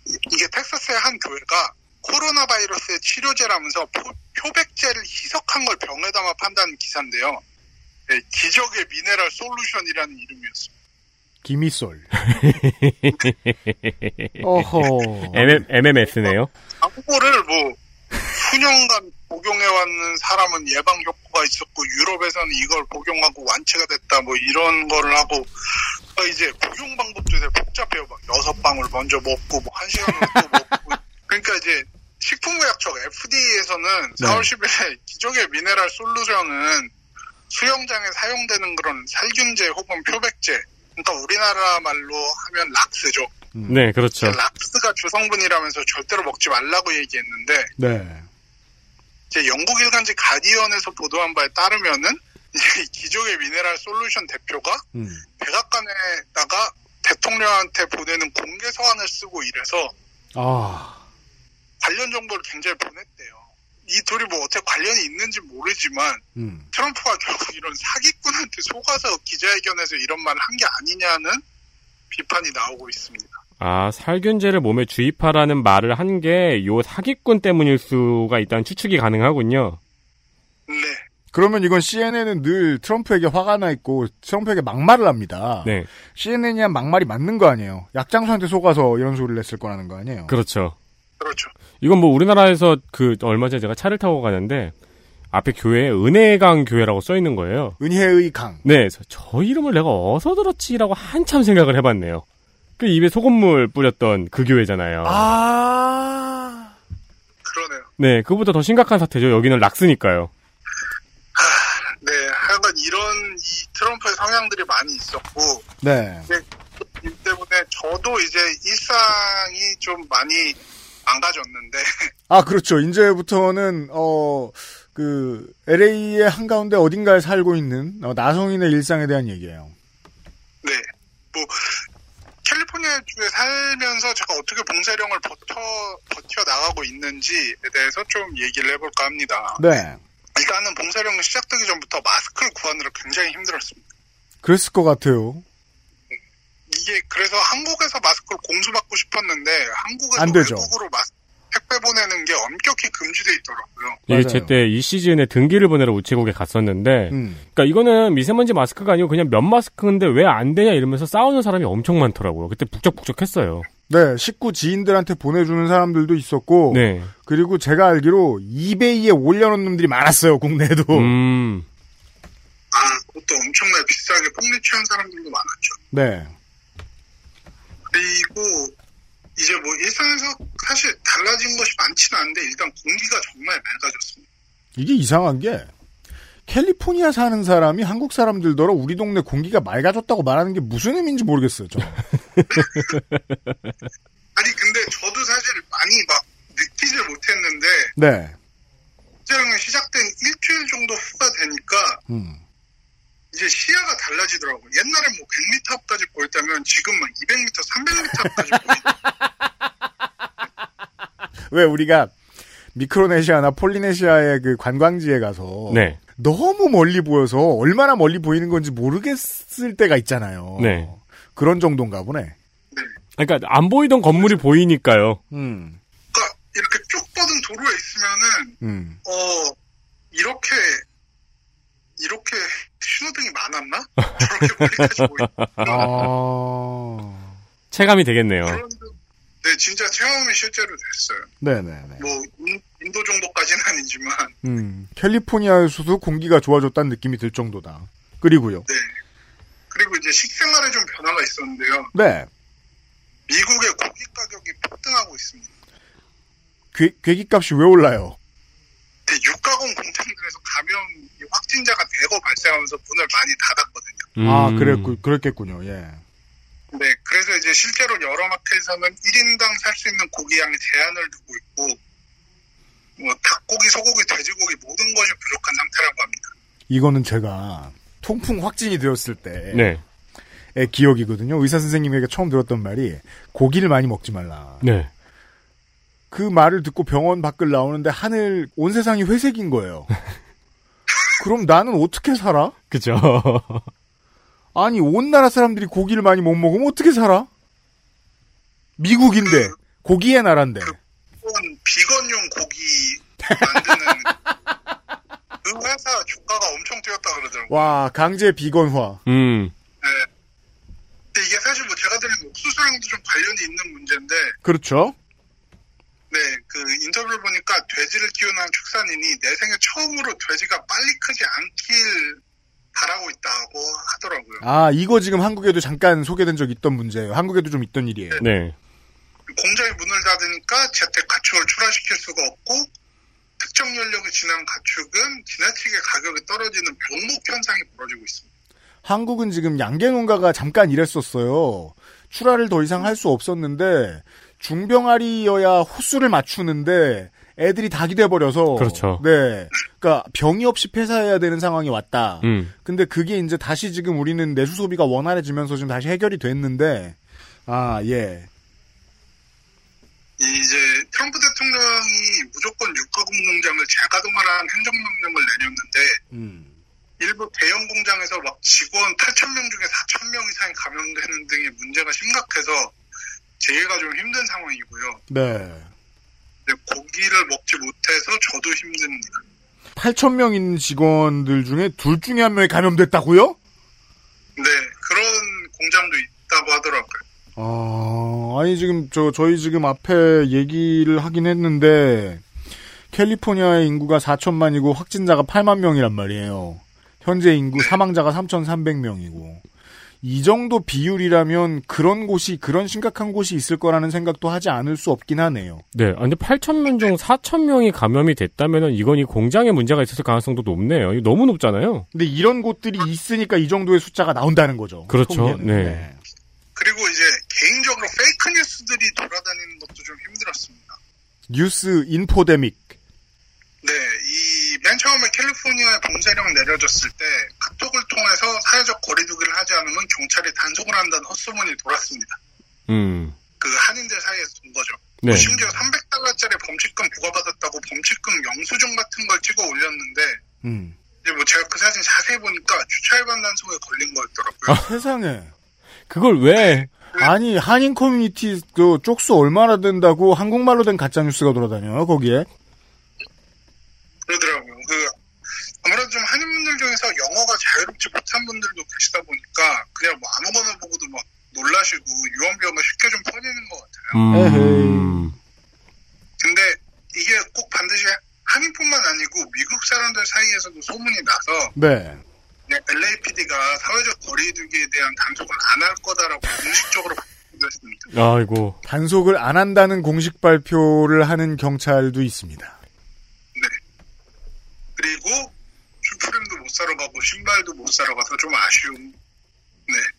Speaker 8: 이- 이게 텍사스의 한 교회가 코로나 바이러스의 치료제라면서 포- 표백제를 희석한 걸 병에 담아 판다는 기사인데요. 네, 기적의 미네랄 솔루션이라는 이름이었습니다.
Speaker 2: 기미솔. 어허.
Speaker 3: MMS네요.
Speaker 8: 광고를 뭐 수년간 복용해왔는 사람은 예방 효과가 있었고 유럽에서는 이걸 복용하고 완치가 됐다 뭐 이런 거를 하고 어, 이제 복용 방법도 이제 복잡해요 막 여섯 방울 먼저 먹고 뭐 한 시간 후에 또 먹고 그러니까 이제 식품의약청 FDA에서는
Speaker 2: 네.
Speaker 8: 4월 10일에 기적의 미네랄 솔루션은 수영장에 사용되는 그런 살균제 혹은 표백제 그러니까 우리나라 말로 하면 락스죠
Speaker 2: 음.
Speaker 3: 네, 그렇죠.
Speaker 8: 락스가 주성분이라면서 절대로 먹지 말라고 얘기했는데
Speaker 2: 네.
Speaker 8: 이제 영국 일간지 가디언에서 보도한 바에 따르면은 이제 기적의 미네랄 솔루션 대표가
Speaker 2: 음.
Speaker 8: 백악관에다가 대통령한테 보내는 공개 서한을 쓰고 이래서
Speaker 2: 아.
Speaker 8: 관련 정보를 굉장히 보냈대요. 이 둘이 뭐 어떻게 관련이 있는지 모르지만
Speaker 2: 음.
Speaker 8: 트럼프가 결국 이런 사기꾼한테 속아서 기자회견에서 이런 말을 한 게 아니냐는 비판이 나오고 있습니다.
Speaker 3: 아, 살균제를 몸에 주입하라는 말을 한 게 요 사기꾼 때문일 수가 있다는 추측이 가능하군요.
Speaker 8: 네.
Speaker 2: 그러면 이건 CNN은 늘 트럼프에게 화가 나 있고 트럼프에게 막말을 합니다.
Speaker 3: 네.
Speaker 2: CNN이 한 막말이 맞는 거 아니에요. 약장수한테 속아서 이런 소리를 냈을 거라는 거 아니에요.
Speaker 3: 그렇죠.
Speaker 8: 그렇죠.
Speaker 3: 이건 뭐 우리나라에서 그 얼마 전에 제가 차를 타고 가는데 앞에 교회에 은혜강 교회라고 써 있는 거예요.
Speaker 2: 은혜의 강.
Speaker 3: 네, 그래서 저 이름을 내가 어서 들었지라고 한참 생각을 해봤네요. 그 입에 소금물 뿌렸던 그 교회잖아요.
Speaker 2: 아.
Speaker 8: 그러네요.
Speaker 3: 네, 그보다 더 심각한 사태죠. 여기는 락스니까요.
Speaker 8: 네. 하여간 이런 이 트럼프의 성향들이 많이 있었고
Speaker 2: 네.
Speaker 8: 이 때문에 저도 이제 일상이 좀 많이 망가졌는데
Speaker 2: 아, 그렇죠. 이제부터는, 어, 그, LA의 한가운데 어딘가에 살고 있는, 어, 나성인의 일상에 대한 얘기예요.
Speaker 8: 뭐 캘리포니아 주에 살면서 제가 어떻게 봉쇄령을 버텨 버텨 나가고 있는지에 대해서 좀 얘기를 해볼까 합니다.
Speaker 2: 네.
Speaker 8: 일단은 봉쇄령이 시작되기 전부터 마스크를 구하느라 굉장히 힘들었습니다.
Speaker 2: 그랬을 것 같아요.
Speaker 8: 이게 그래서 한국에서 마스크를 공수받고 싶었는데 한국에서
Speaker 3: 안 되죠.
Speaker 8: 외국으로 마스크 택배 보내는 게 엄격히 금지돼 있더라고요.
Speaker 3: 이게 제때 이 시즌에 등기를 보내러 우체국에 갔었는데,
Speaker 2: 음.
Speaker 3: 그러니까 이거는 미세먼지 마스크가 아니고 그냥 면 마스크인데 왜 안 되냐 이러면서 싸우는 사람이 엄청 많더라고요. 그때 북적북적했어요.
Speaker 2: 네, 식구 지인들한테 보내주는 사람들도 있었고,
Speaker 3: 네.
Speaker 2: 그리고 제가 알기로 이베이에 올려놓은 놈들이 많았어요, 국내에도.
Speaker 3: 음.
Speaker 8: 아, 그것도 엄청나게 비싸게 폭리 취한 사람들도 많았죠.
Speaker 2: 네.
Speaker 8: 그리고 이제 뭐 일상에서 사실 달라진 것이 많지는 않은데 일단 공기가 정말 맑아졌습니다.
Speaker 2: 이게 이상한 게, 캘리포니아 사는 사람이 한국 사람들더러 우리 동네 공기가 맑아졌다고 말하는 게 무슨 의미인지 모르겠어요, 저.
Speaker 8: 아니 근데 저도 사실 많이 막 느끼질 못했는데
Speaker 2: 네.
Speaker 8: 촬영이 시작된 일주일 정도 후가 되니까
Speaker 2: 음.
Speaker 8: 이제 시야가 달라지더라고. 요 옛날엔 뭐 100m 앞까지 보였다면 지금 막 200m, 300m 앞까지
Speaker 2: 왜 우리가 미크로네시아나 폴리네시아의 그 관광지에 가서
Speaker 3: 네.
Speaker 2: 너무 멀리 보여서 얼마나 멀리 보이는 건지 모르겠을 때가 있잖아요.
Speaker 3: 네.
Speaker 2: 그런 정도인가 보네.
Speaker 3: 그러니까 안 보이던 건물이 보이니까요.
Speaker 2: 음.
Speaker 8: 이렇게 쭉 뻗은 도로에 있으면은
Speaker 2: 음.
Speaker 8: 어 이렇게 이렇게 신호등이 많았나? 저렇게 멀리까지 보이.
Speaker 2: 아.
Speaker 3: 체감이 되겠네요.
Speaker 8: 네, 진짜 체험이 실제로 됐어요.
Speaker 2: 네네.
Speaker 8: 뭐 인, 인도 정도까지는 아니지만
Speaker 2: 음. 캘리포니아에서도 공기가 좋아졌다는 느낌이 들 정도다. 그리고요.
Speaker 8: 네. 그리고 이제 식생활에 좀 변화가 있었는데요.
Speaker 2: 네.
Speaker 8: 미국의 고기 가격이 폭등하고 있습니다.
Speaker 2: 괴, 괴기값이 왜 올라요?
Speaker 8: 근데 육가공 공장들에서 감염 확진자가 대거 발생하면서 문을 많이 닫았거든요.
Speaker 2: 아,
Speaker 3: 음.
Speaker 2: 그랬구, 그랬겠군요. 예.
Speaker 8: 네, 그래서 이제 실제로 여러 마트에서는 1인당 살 수 있는 고기 양에 제한을 두고 있고, 뭐 닭고기, 소고기, 돼지고기 모든 것이 부족한 상태라고 합니다.
Speaker 2: 이거는 제가 통풍 확진이 되었을 때
Speaker 3: 네.
Speaker 2: 의 기억이거든요. 의사 선생님에게 처음 들었던 말이 고기를 많이 먹지 말라.
Speaker 3: 네.
Speaker 2: 그 말을 듣고 병원 밖을 나오는데 하늘 온 세상이 회색인 거예요. 그럼 나는 어떻게 살아?
Speaker 3: 그죠.
Speaker 2: 아니 온 나라 사람들이 고기를 많이 못 먹으면 어떻게 살아? 미국인데 고기의 나라인데.
Speaker 8: 혹은 비건용 고기 만드는 그 회사 주가가 엄청 뛰었다 그러더라고요. 네.
Speaker 2: 와 강제 비건화.
Speaker 3: 음.
Speaker 8: 근데 이게 사실 뭐 제가 들은 옥수수랑도 좀 관련이 있는 문제인데,
Speaker 2: 그렇죠.
Speaker 8: 네, 그 인터뷰를 보니까 돼지를 키우는 한 축산인이 내 생애 처음으로 돼지가 빨리 크지 않길 바라고 있다고 하더라고요.
Speaker 2: 아 이거 지금 한국에도 잠깐 소개된 적 있던 문제예요. 한국에도 좀 있던 일이에요.
Speaker 3: 네.
Speaker 8: 공장의 문을 닫으니까 제때 가축을 출하시킬 수가 없고 특정 연령이 지난 가축은 지나치게 가격이 떨어지는 병목 현상이 벌어지고 있습니다.
Speaker 2: 한국은 지금 양계 농가가 잠깐 이랬었어요. 출하를 더 이상 할 수 없었는데 중병아리여야 호수를 맞추는데 애들이 닭이 돼버려서
Speaker 3: 그렇죠.
Speaker 2: 네, 그러니까 병이 없이 폐사해야 되는 상황이 왔다.
Speaker 3: 음.
Speaker 2: 근데 그게 이제 다시 지금 우리는 내수 소비가 원활해지면서 지금 다시 해결이 됐는데 아 예,
Speaker 8: 이제 트럼프 대통령이 무조건 육가공 공장을 재가동하라는 행정명령을 내렸는데
Speaker 2: 음.
Speaker 8: 일부 대형 공장에서 막 직원 8천 명 중에 4천 명 이상이 감염되는 등의 문제가 심각해서 재개가 좀 힘든 상황이고요.
Speaker 2: 네.
Speaker 8: 근데 고기를 먹지 못해서 저도 힘듭니다.
Speaker 2: 8천 명 있는 직원들 중에 둘 중에 한 명이 감염됐다고요?
Speaker 8: 네, 그런 공장도 있다고 하더라고요.
Speaker 2: 아, 아니 지금 저 저희 지금 앞에 얘기를 하긴 했는데 캘리포니아의 인구가 4천만이고 확진자가 8만 명이란 말이에요. 현재 인구 사망자가 3,300명이고 이 정도 비율이라면 그런 곳이 그런 심각한 곳이 있을 거라는 생각도 하지 않을 수 없긴 하네요.
Speaker 3: 네. 아, 근데 8,000명 중 4,000명이 감염이 됐다면은 이건 이 공장에 문제가 있었을 가능성도 높네요. 이거 너무 높잖아요.
Speaker 2: 근데 이런 곳들이 있으니까 이 정도의 숫자가 나온다는 거죠.
Speaker 3: 그렇죠.
Speaker 2: 통계는.
Speaker 3: 네.
Speaker 8: 그리고 이제 개인적으로 페이크 뉴스들이 돌아다니는 것도 좀 힘들었습니다.
Speaker 2: 뉴스 인포데믹.
Speaker 8: 네, 이 맨 처음에 캘리포니아에 봉쇄령 내려졌을 때 카톡을 통해서 사회적 거리두기를 하지 않으면 경찰이 단속을 한다는 헛소문이 돌았습니다.
Speaker 3: 음.
Speaker 8: 그 한인들 사이에서 돈 거죠.
Speaker 3: 네.
Speaker 8: 심지어 300달러짜리 범칙금 부과받았다고 범칙금 영수증 같은 걸 찍어 올렸는데
Speaker 2: 음.
Speaker 8: 이제 뭐 제가 그 사진 자세히 보니까 주차 위반 단속에 걸린 거였더라고요.
Speaker 2: 아. 세상에.
Speaker 3: 어. 그걸 왜?
Speaker 2: 아니 한인 커뮤니티 그 쪽수 얼마나 된다고 한국말로 된 가짜 뉴스가 돌아다녀요 거기에.
Speaker 8: 그러더라고요. 그 아무래도 좀 한인분들 중에서 영어가 자유롭지 못한 분들도 계시다 보니까 그냥 뭐 아무거나 보고도 막 놀라시고 유언비어가 쉽게 좀 퍼지는 것 같아요.
Speaker 3: 음.
Speaker 8: 근데 이게 꼭 반드시 한인뿐만 아니고 미국 사람들 사이에서도 소문이 나서
Speaker 2: 네.
Speaker 8: 그냥 LAPD가 사회적 거리두기에 대한 단속을 안 할 거다라고 공식적으로 발표했습니다.
Speaker 3: 아이고.
Speaker 2: 단속을 안 한다는 공식 발표를 하는 경찰도 있습니다.
Speaker 8: 네. 그리고 슈프림도 못 사러 가고 신발도 못 사러 가서 좀 네, 아쉬움.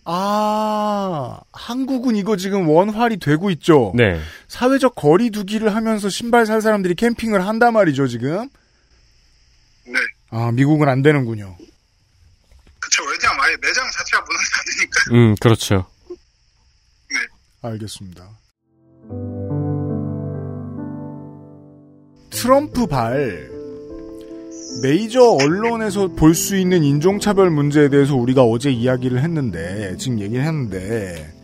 Speaker 2: 아, 한국은 이거 지금 원활이 되고 있죠?
Speaker 3: 네.
Speaker 2: 사회적 거리두기를 하면서 신발 살 사람들이 캠핑을 한단 말이죠, 지금?
Speaker 8: 네.
Speaker 2: 아, 미국은 안 되는군요.
Speaker 8: 그쵸, 왜냐면 아예 매장 자체가 문을 닫으니까.
Speaker 3: 음, 그렇죠.
Speaker 2: 알겠습니다. 트럼프 발 메이저 언론에서 볼 수 있는 인종차별 문제에 대해서 우리가 어제 이야기를 했는데 지금 얘기를 했는데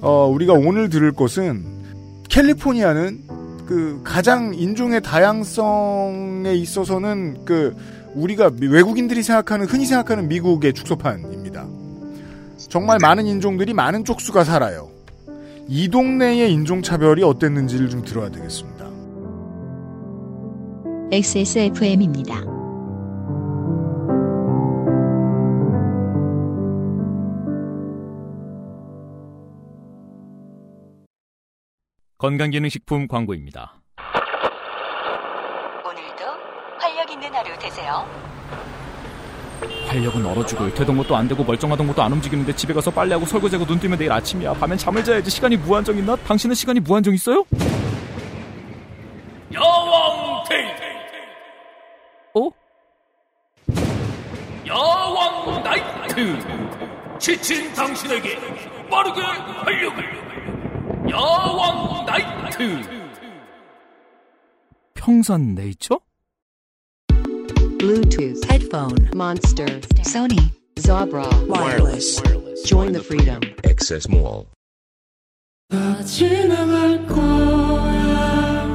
Speaker 2: 어, 우리가 오늘 들을 것은 캘리포니아는 그 가장 인종의 다양성에 있어서는 그 우리가 미- 외국인들이 생각하는 흔히 생각하는 미국의 축소판입니다. 정말 많은 인종들이 많은 쪽수가 살아요. 이 동네의 인종차별이 어땠는지를 좀 들어야 되겠습니다.
Speaker 1: XSFM입니다.
Speaker 11: 건강기능식품 광고입니다.
Speaker 12: 오늘도 활력 있는 하루 되세요.
Speaker 11: 활력은 얼어 죽을 되던 것도 안 되고 멀쩡하던 것도 안 움직이는데 집에 가서 빨래하고 설거지하고 눈 뜨면 내일 아침이야. 밤엔 잠을 자야지 시간이 무한정 있나? 당신은 시간이 무한정 있어요?
Speaker 6: 여왕 테이프
Speaker 11: 어?
Speaker 6: 여왕 나이트 지친 당신에게 빠르게 활력을 여왕 나이트
Speaker 11: 평산 네이처?
Speaker 13: Bluetooth, headphone, monster, Sony, Zabra, wireless. Join the freedom.
Speaker 4: Access Mall.
Speaker 6: 다 지나갈 거야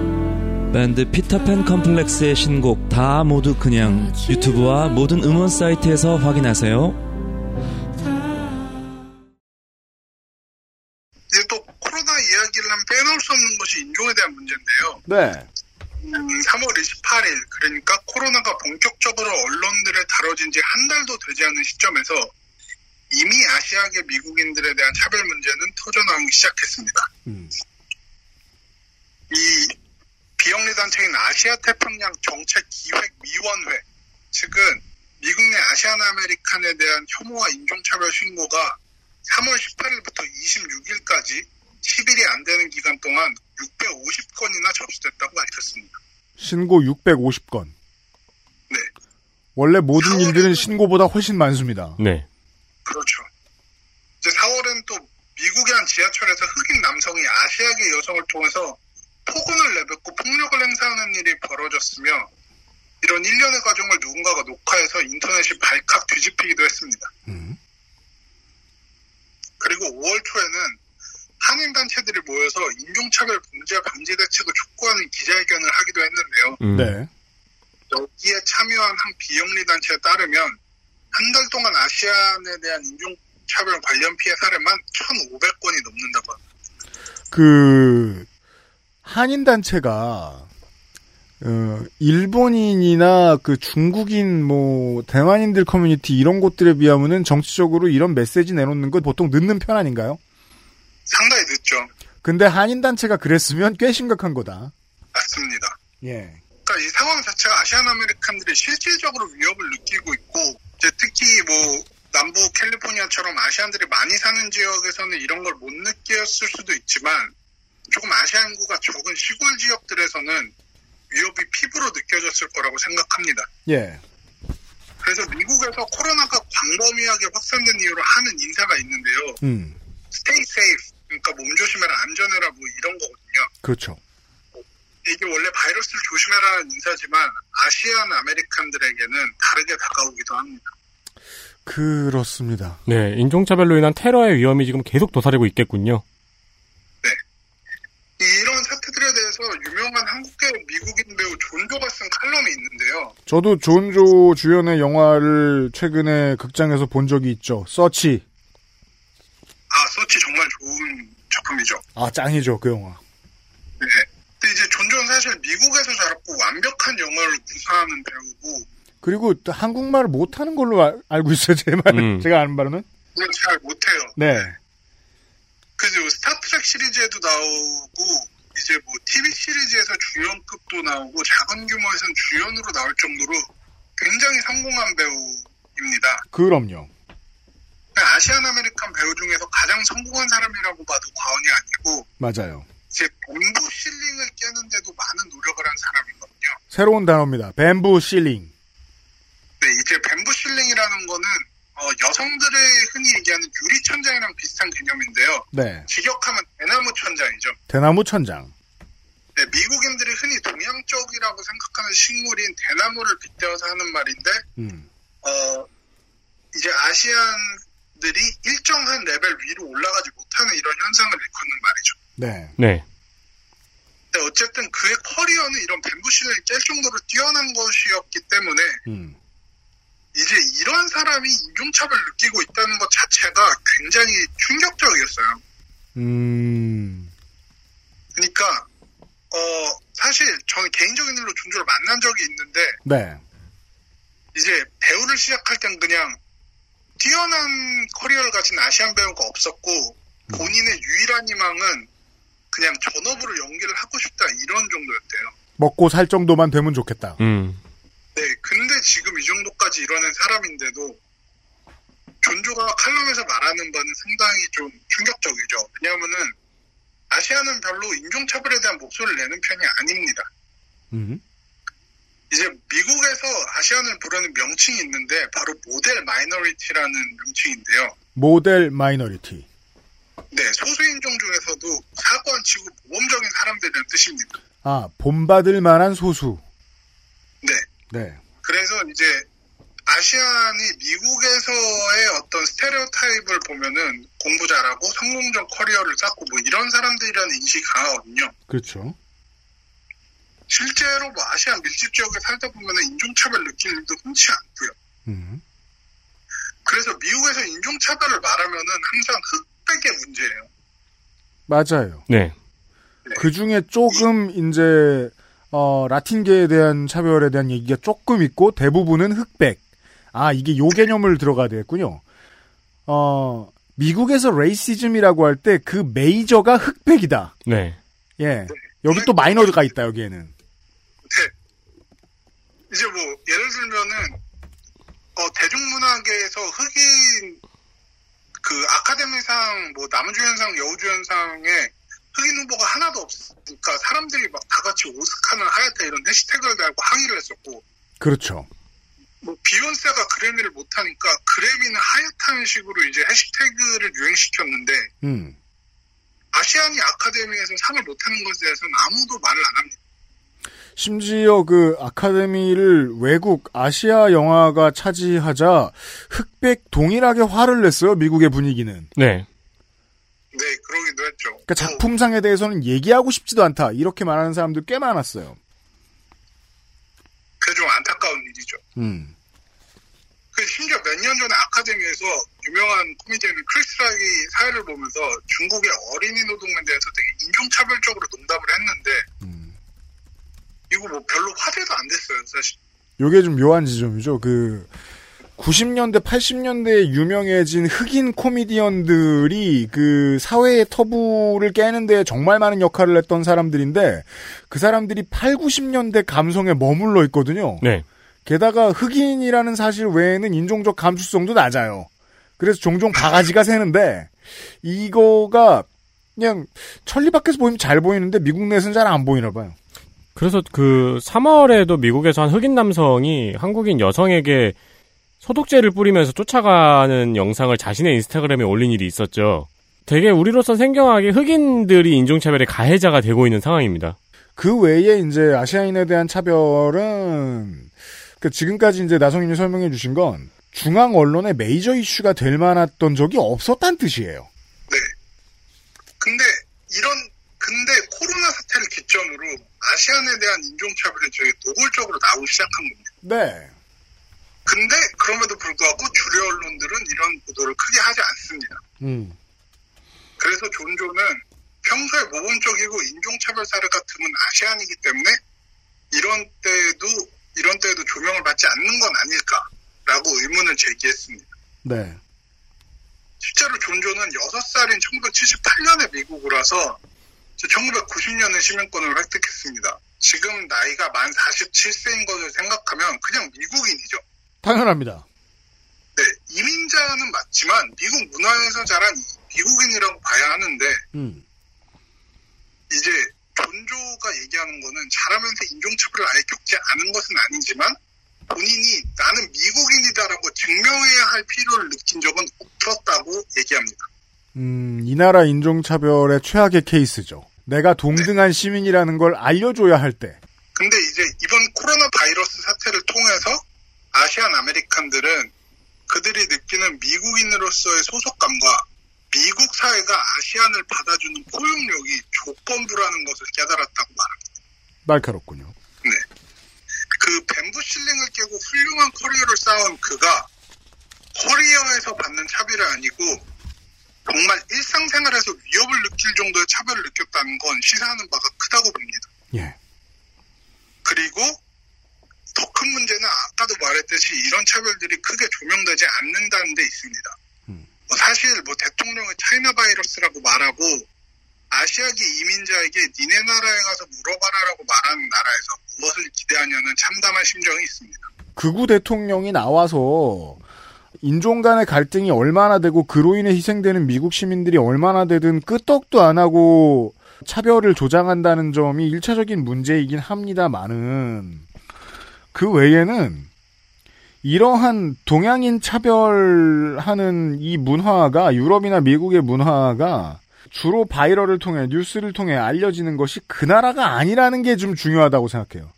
Speaker 7: 밴드 피터팬 컴플렉스의 신곡 다 모두 그냥 유튜브와 모든 음원 사이트에서 확인하세요.
Speaker 8: 이제 또 코로나 이야기를 하면 빼놓을 수 없는 것이 인종에 대한 문제인데요.
Speaker 2: 네.
Speaker 8: 음, 3월 28일, 그러니까 코로나가 본격적으로 언론들에 다뤄진 지 한 달도 되지 않은 시점에서 이미 아시아계 미국인들에 대한 차별 문제는 터져나오기 시작했습니다. 이 비영리 단체인 아시아 태평양 정책 기획 위원회 측은 미국 내 아시안 아메리칸에 대한 혐오와 인종차별 신고가 3월 18일부터 26일까지 10일이 안 되는 기간 동안 650건이나 접수됐다고 밝혔습니다.
Speaker 2: 신고 650건.
Speaker 8: 네,
Speaker 2: 원래 모든 일들은 신고보다 훨씬 많습니다.
Speaker 3: 네.
Speaker 8: 그렇죠. 이제 4월엔 또 미국의 한 지하철에서 흑인 남성이 아시아계 여성을 통해서 폭언을 내뱉고 폭력을 행사하는 일이 벌어졌으며 이런 일련의 과정을 누군가가 녹화해서 인터넷이 발칵 뒤집히기도 했습니다. 그리고 5월 초에는 한인 단체들이 모여서 인종차별 범죄 방지 대책을 촉구하는 기자회견을 하기도 했는데요.
Speaker 3: 음.
Speaker 2: 네.
Speaker 8: 여기에 참여한 한 비영리 단체에 따르면 한 달 동안 아시안에 대한 인종차별 관련 피해 사례만 1,500건이 넘는다고 합니다.
Speaker 2: 그 한인 단체가 어, 일본인이나 그 중국인 뭐 대만인들 커뮤니티 이런 곳들에 비하면은 정치적으로 이런 메시지 내놓는 건 보통 늦는 편 아닌가요?
Speaker 8: 상당히 늦죠.
Speaker 2: 근데 한인 단체가 그랬으면 꽤 심각한 거다.
Speaker 8: 맞습니다.
Speaker 2: 예.
Speaker 8: 그러니까 이 상황 자체가 아시안 아메리칸들이 실질적으로 위협을 느끼고 있고 이제 특히 뭐 남부 캘리포니아처럼 아시안들이 많이 사는 지역에서는 이런 걸 못 느꼈을 수도 있지만 조금 아시안구가 적은 시골 지역들에서는 위협이 피부로 느껴졌을 거라고 생각합니다.
Speaker 2: 예.
Speaker 8: 그래서 미국에서 코로나가 광범위하게 확산된 이유로 하는 인사가 있는데요.
Speaker 2: 음.
Speaker 8: Stay safe, 그러니까 몸 조심해라, 안전해라 뭐 이런 거거든요.
Speaker 2: 그렇죠.
Speaker 8: 이게 원래 바이러스를 조심해라는 인사지만 아시안 아메리칸들에게는 다르게 다가오기도 합니다.
Speaker 2: 그렇습니다.
Speaker 3: 네, 인종차별로 인한 테러의 위험이 지금 계속 도사리고 있겠군요.
Speaker 8: 이런 사태들에 대해서 유명한 한국계 미국인 배우 존조가 쓴 칼럼이 있는데요.
Speaker 2: 저도 존조 주연의 영화를 최근에 극장에서 본 적이 있죠. 서치.
Speaker 8: 아, 서치 정말 좋은 작품이죠.
Speaker 2: 아 짱이죠 그 영화.
Speaker 8: 네. 근데 이제 존전 사실 미국에서 자랐고 완벽한 영어를 구사하는 배우고
Speaker 2: 그리고 또 한국말을 못하는 걸로 알- 알고 있어요 제 말.
Speaker 8: 음.
Speaker 2: 제가 아는 바로는.
Speaker 8: 그건 잘 못해요.
Speaker 2: 네.
Speaker 8: 그래서 스타트렉 시리즈에도 나오고 이제 뭐 TV 시리즈에서 주연급도 나오고 작은 규모에서는 주연으로 나올 정도로 굉장히 성공한 배우입니다.
Speaker 2: 그럼요.
Speaker 8: 아시안 아메리칸 배우 중에서 가장 성공한 사람이라고 봐도 과언이 아니고
Speaker 2: 맞아요.
Speaker 8: 이제 본부 실링을 깨는데도 많은 노력을 한 사람이거든요.
Speaker 2: 새로운 단어입니다. 뱀부 실링.
Speaker 8: 네, 이제 뱀부 실링이라는 거는 어, 여성들의 흔히 얘기하는 유리 천장이랑 비슷한 개념인데요.
Speaker 2: 네.
Speaker 8: 직역하면 대나무 천장이죠.
Speaker 2: 대나무 천장.
Speaker 8: 네, 미국인들이 흔히 동양적이라고 생각하는 식물인 대나무를 빗대어서 하는 말인데,
Speaker 2: 음.
Speaker 8: 어, 이제 아시안들이 일정한 레벨 위로 올라가지 못하는 이런 현상을 일컫는 말이죠.
Speaker 2: 네.
Speaker 3: 네.
Speaker 8: 근데 어쨌든 그의 커리어는 이런 뱀부신을 깰 정도로 뛰어난 것이었기 때문에,
Speaker 2: 음.
Speaker 8: 이제 이런 사람이 인종차별을 느끼고 있다는 것 자체가 굉장히 충격적이었어요.
Speaker 2: 음.
Speaker 8: 그러니까 어 사실 저는 개인적인 일로 존조를 만난 적이 있는데
Speaker 2: 네.
Speaker 8: 이제 배우를 시작할 땐 그냥 뛰어난 커리어를 가진 아시안 배우가 없었고 본인의 유일한 희망은 그냥 전업으로 연기를 하고 싶다 이런 정도였대요.
Speaker 2: 먹고 살 정도만 되면 좋겠다.
Speaker 3: 음.
Speaker 8: 네, 근데 지금 이 정도까지 이뤄낸 사람인데도 존조가 칼럼에서 말하는 바는 상당히 좀 충격적이죠. 왜냐하면은 아시아는 별로 인종차별에 대한 목소리를 내는 편이 아닙니다.
Speaker 2: 음.
Speaker 8: 이제 미국에서 아시안을 부르는 명칭이 있는데 바로 모델 마이너리티라는 명칭인데요.
Speaker 2: 모델 마이너리티.
Speaker 8: 네, 소수인종 중에서도 사고안 치고 모범적인 사람들이라는 뜻입니다.
Speaker 2: 아 본받을 만한 소수.
Speaker 8: 네.
Speaker 2: 네.
Speaker 8: 그래서 이제 아시안이 미국에서의 어떤 스테레오타입을 보면은 공부 잘하고 성공적 커리어를 쌓고 뭐 이런 사람들이라는 인식이 강하거든요.
Speaker 2: 그렇죠.
Speaker 8: 실제로 뭐 아시안 밀집 지역에 살다 보면은 인종차별 느끼는 일도 흔치 않고요.
Speaker 2: 음.
Speaker 8: 그래서 미국에서 인종차별을 말하면은 항상 흑백의 문제예요.
Speaker 2: 맞아요.
Speaker 3: 네.
Speaker 2: 그 중에 조금 이제 어, 라틴계에 대한 차별에 대한 얘기가 조금 있고 대부분은 흑백. 아 이게 요 개념을 들어가야 되겠군요. 어 미국에서 레이시즘이라고 할 때 그 메이저가 흑백이다.
Speaker 3: 네.
Speaker 2: 예. 여기 또 마이너가 있다 여기에는.
Speaker 8: 네. 이제 뭐 예를 들면은 어, 대중문학계에서 흑인 그 아카데미상 뭐 남주연상 여우주연상에 흑인 후보가 하나도 없으니까 사람들이 막 다 같이 오스카는 하였다 이런 해시태그를 달고 항의를 했었고
Speaker 2: 그렇죠.
Speaker 8: 뭐 비욘세가 그래미를 못하니까 그래미는 하였다는 식으로 이제 해시태그를 유행시켰는데
Speaker 2: 음.
Speaker 8: 아시안이 아카데미에서 상을 못하는 것에 대해서는 아무도 말을 안 합니다.
Speaker 2: 심지어 그 아카데미를 외국 아시아 영화가 차지하자 흑백 동일하게 화를 냈어요 미국의 분위기는.
Speaker 3: 네.
Speaker 8: 네, 그러기도 했죠.
Speaker 2: 그러니까 작품상에 대해서는 얘기하고 싶지도 않다 이렇게 말하는 사람들 꽤 많았어요.
Speaker 8: 그게 좀 안타까운 일이죠.
Speaker 2: 음.
Speaker 8: 그 심지어 몇 년 전에 아카데미에서 유명한 코미디언 크리스 락이 사회를 보면서 중국의 어린이 노동에 대해서 되게 인종차별적으로 농담을 했는데 이거 뭐 별로 화제도 안 됐어요 사실
Speaker 2: 요게 좀 묘한 지점이죠. 그 90년대, 80년대에 유명해진 흑인 코미디언들이 그 사회의 터부를 깨는 데 정말 많은 역할을 했던 사람들인데 그 사람들이 8, 90년대 감성에 머물러 있거든요.
Speaker 3: 네.
Speaker 2: 게다가 흑인이라는 사실 외에는 인종적 감수성도 낮아요. 그래서 종종 바가지가 새는데 이거가 그냥 천리 밖에서 보이면 잘 보이는데 미국 내에서는 잘 안 보이나 봐요.
Speaker 3: 그래서 그 3월에도 미국에서 한 흑인 남성이 한국인 여성에게 소독제를 뿌리면서 쫓아가는 영상을 자신의 인스타그램에 올린 일이 있었죠. 되게 우리로선 생경하게 흑인들이 인종차별의 가해자가 되고 있는 상황입니다.
Speaker 2: 그 외에 이제 아시아인에 대한 차별은 그 지금까지 이제 나성님이 설명해 주신 건 중앙 언론의 메이저 이슈가 될 만했던 적이 없었단 뜻이에요.
Speaker 8: 네. 근데 이런 근데 코로나 사태를 기점으로 아시안에 대한 인종차별이 되게 노골적으로 나오기 시작한 겁니다
Speaker 2: 네.
Speaker 8: 근데 그럼에도 불구하고 주류 언론들은 이런 보도를 크게 하지 않습니다
Speaker 2: 음.
Speaker 8: 그래서 존조는 평소에 모범적이고 인종차별 사례 같으면 아시안이기 때문에 이런 때에도 이런 때에도 조명을 받지 않는 건 아닐까라고 의문을 제기했습니다.
Speaker 2: 네.
Speaker 8: 실제로 존조는 6살인 1978년에 미국으로 와서 1990년에 시민권을 획득했습니다. 지금 나이가 만 47세인 것을 생각하면 그냥 미국인이죠.
Speaker 2: 당연합니다.
Speaker 8: 네, 이민자는 맞지만 미국 문화에서 자란 미국인이라고 봐야 하는데
Speaker 2: 음.
Speaker 8: 이제 존조가 얘기하는 거는 자라면서 인종차별을 아예 겪지 않은 것은 아니지만 본인이 나는 미국인이다라고 증명해야 할 필요를 느낀 적은 없었다고 얘기합니다.
Speaker 2: 음, 이 나라 인종차별의 최악의 케이스죠. 내가 동등한 시민이라는 걸 알려줘야 할 때.
Speaker 8: 근데 이제 이번 코로나 바이러스 사태를 통해서 아시안 아메리칸들은 그들이 느끼는 미국인으로서의 소속감과 미국 사회가 아시안을 받아주는 포용력이 조건부라는 것을 깨달았다고 말합니다.
Speaker 2: 날카롭군요.
Speaker 8: 네. 그 뱀부 실링을 깨고 훌륭한 커리어를 쌓은 그가 커리어에서 받는 차별이 아니고 정말 일상생활에서 위협을 느낄 정도의 차별을 느꼈다는 건 시사하는 바가 크다고 봅니다.
Speaker 2: 예.
Speaker 8: 그리고 더 큰 문제는 아까도 말했듯이 이런 차별들이 크게 조명되지 않는다는 데 있습니다. 뭐 사실 뭐 대통령의 차이나 바이러스라고 말하고 아시아계 이민자에게 니네 나라에 가서 물어봐라라고 말하는 나라에서 무엇을 기대하냐는 참담한 심정이 있습니다.
Speaker 2: 극우 대통령이 나와서 인종 간의 갈등이 얼마나 되고 그로 인해 희생되는 미국 시민들이 얼마나 되든 끄떡도 안 하고 차별을 조장한다는 점이 일차적인 문제이긴 합니다만은 그 외에는 이러한 동양인 차별하는 이 문화가 유럽이나 미국의 문화가 주로 바이럴을 통해 뉴스를 통해 알려지는 것이 그 나라가 아니라는 게 좀 중요하다고 생각해요.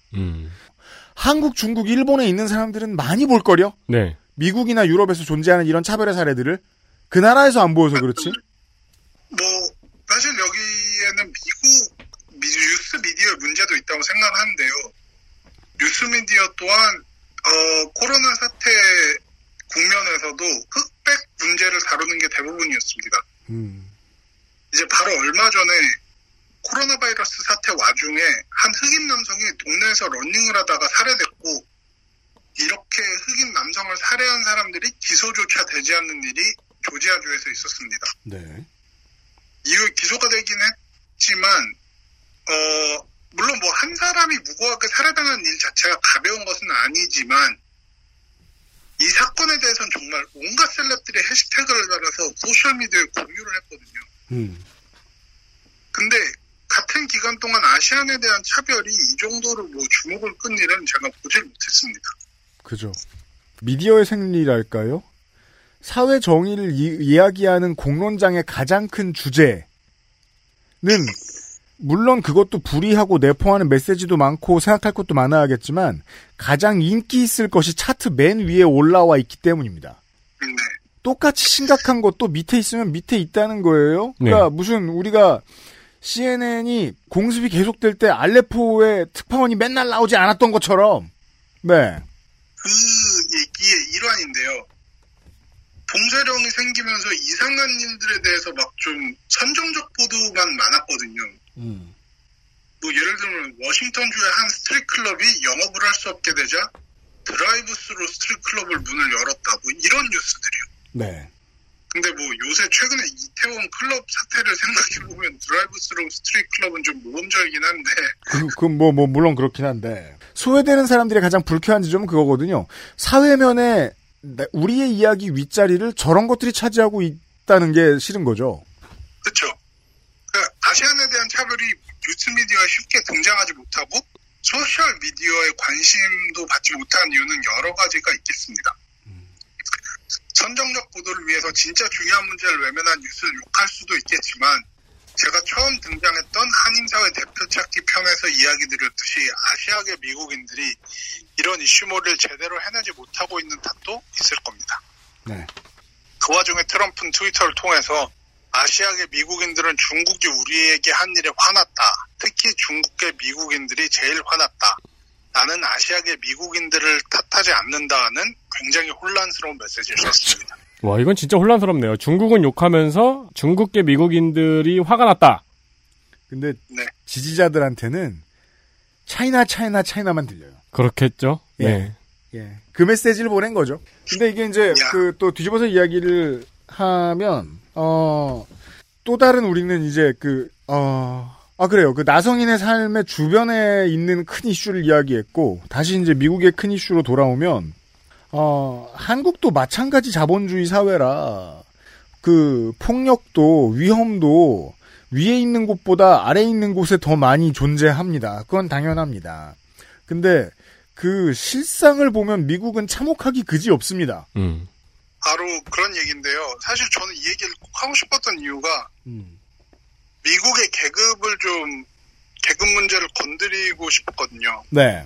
Speaker 2: 한국, 중국, 일본에 있는 사람들은 많이 볼 거려.
Speaker 3: 네.
Speaker 2: 미국이나 유럽에서 존재하는 이런 차별의 사례들을 그 나라에서 안 보여서 그렇지.
Speaker 8: 뭐 사실 여기에는 미국 미- 뉴스 미디어의 문제도 있다고 생각하는데요. 뉴스 미디어 또한 어, 코로나 사태 국면에서도 흑백 문제를 다루는 게 대부분이었습니다.
Speaker 2: 음,
Speaker 8: 이제 바로 얼마 전에 코로나 바이러스 사태 와중에 한 흑인 남성이 동네에서 러닝을 하다가 살해됐고 이렇게 흑인 남성을 살해한 사람들이 기소조차 되지 않는 일이 조지아주에서 있었습니다.
Speaker 2: 네.
Speaker 8: 이후 기소가 되긴 했지만 어, 물론 뭐 한 사람이 무고하게 살해당한 일 자체가 가벼운 것은 아니지만 이 사건에 대해서는 정말 온갖 셀럽들이 해시태그를 달아서 소셜미디어에 공유를 했거든요.
Speaker 2: 음.
Speaker 8: 근데 같은 기간 동안 아시안에 대한 차별이 이 정도로 뭐 주목을 끈 일은 제가 보질 못했습니다.
Speaker 2: 그죠. 미디어의 생리랄까요? 사회 정의를 이, 야기하는 공론장의 가장 큰 주제는 물론 그것도 불이하고 내포하는 메시지도 많고 생각할 것도 많아야겠지만 가장 인기 있을 것이 차트 맨 위에 올라와 있기 때문입니다.
Speaker 8: 네.
Speaker 2: 똑같이 심각한 것도 밑에 있으면 밑에 있다는 거예요. 그러니까 무슨 우리가 CNN이 공습이 계속될 때 알레포의 특파원이 맨날 나오지 않았던 것처럼 네.
Speaker 8: 그 얘기의 일환인데요. 봉쇄령이 생기면서 이상한 일들에 대해서 막 좀 선정적 보도만 많았거든요.
Speaker 2: 음.
Speaker 8: 뭐 예를 들면 워싱턴주의 한 스트릿 클럽이 영업을 할 수 없게 되자 드라이브스루 스트릿 클럽을 문을 열었다고 이런 뉴스들이요.
Speaker 2: 네.
Speaker 8: 근데 뭐 요새 최근에 이태원 클럽 사태를 생각해 보면 드라이브스루 스트릿 클럽은 좀 모범적이긴 한데
Speaker 2: 그럼 뭐, 뭐, 물론 그렇긴 한데. 소외되는 사람들이 가장 불쾌한 지점은 그거거든요. 사회면에 나- 우리의 이야기 윗자리를 저런 것들이 차지하고 있다는 게 싫은 거죠.
Speaker 8: 그 아시안에 대한 차별이 뉴스미디어에 쉽게 등장하지 못하고 소셜미디어에 관심도 받지 못한 이유는 여러 가지가 있겠습니다. 선정적 보도를 위해서 진짜 중요한 문제를 외면한 뉴스를 욕할 수도 있겠지만 제가 처음 등장했던 한인사회 대표 찾기 편에서 이야기 드렸듯이 아시아계 미국인들이 이런 이슈몰을 제대로 해내지 못하고 있는 탓도 있을 겁니다.
Speaker 2: 네.
Speaker 8: 그 와중에 트럼프는 트위터를 통해서 아시아계 미국인들은 중국이 우리에게 한 일에 화났다. 특히 중국계 미국인들이 제일 화났다. 나는 아시아계 미국인들을 탓하지 않는다는 굉장히 혼란스러운 메시지를 썼습니다.
Speaker 3: 와, 이건 진짜 혼란스럽네요. 중국은 욕하면서 중국계 미국인들이 화가 났다.
Speaker 2: 근데 지지자들한테는 차이나 차이나 차이나만 들려요.
Speaker 3: 그렇겠죠?
Speaker 2: 예.
Speaker 3: 네.
Speaker 2: 예. 그 메시지를 보낸 거죠. 근데 이게 이제 그 또 뒤집어서 이야기를 하면 어 또 다른 우리는 이제 그, 그어아 그래요. 그 나성인의 삶의 주변에 있는 큰 이슈를 이야기했고 다시 이제 미국의 큰 이슈로 돌아오면 어 한국도 마찬가지 자본주의 사회라 그 폭력도 위험도 위에 있는 곳보다 아래 있는 곳에 더 많이 존재합니다. 그건 당연합니다. 근데 그 실상을 보면 미국은 참혹하기 그지 없습니다.
Speaker 3: 음.
Speaker 8: 바로 그런 얘기인데요. 사실 저는 이 얘기를 꼭 하고 싶었던 이유가
Speaker 2: 음.
Speaker 8: 미국의 계급을 좀 계급 문제를 건드리고 싶었거든요.
Speaker 2: 네.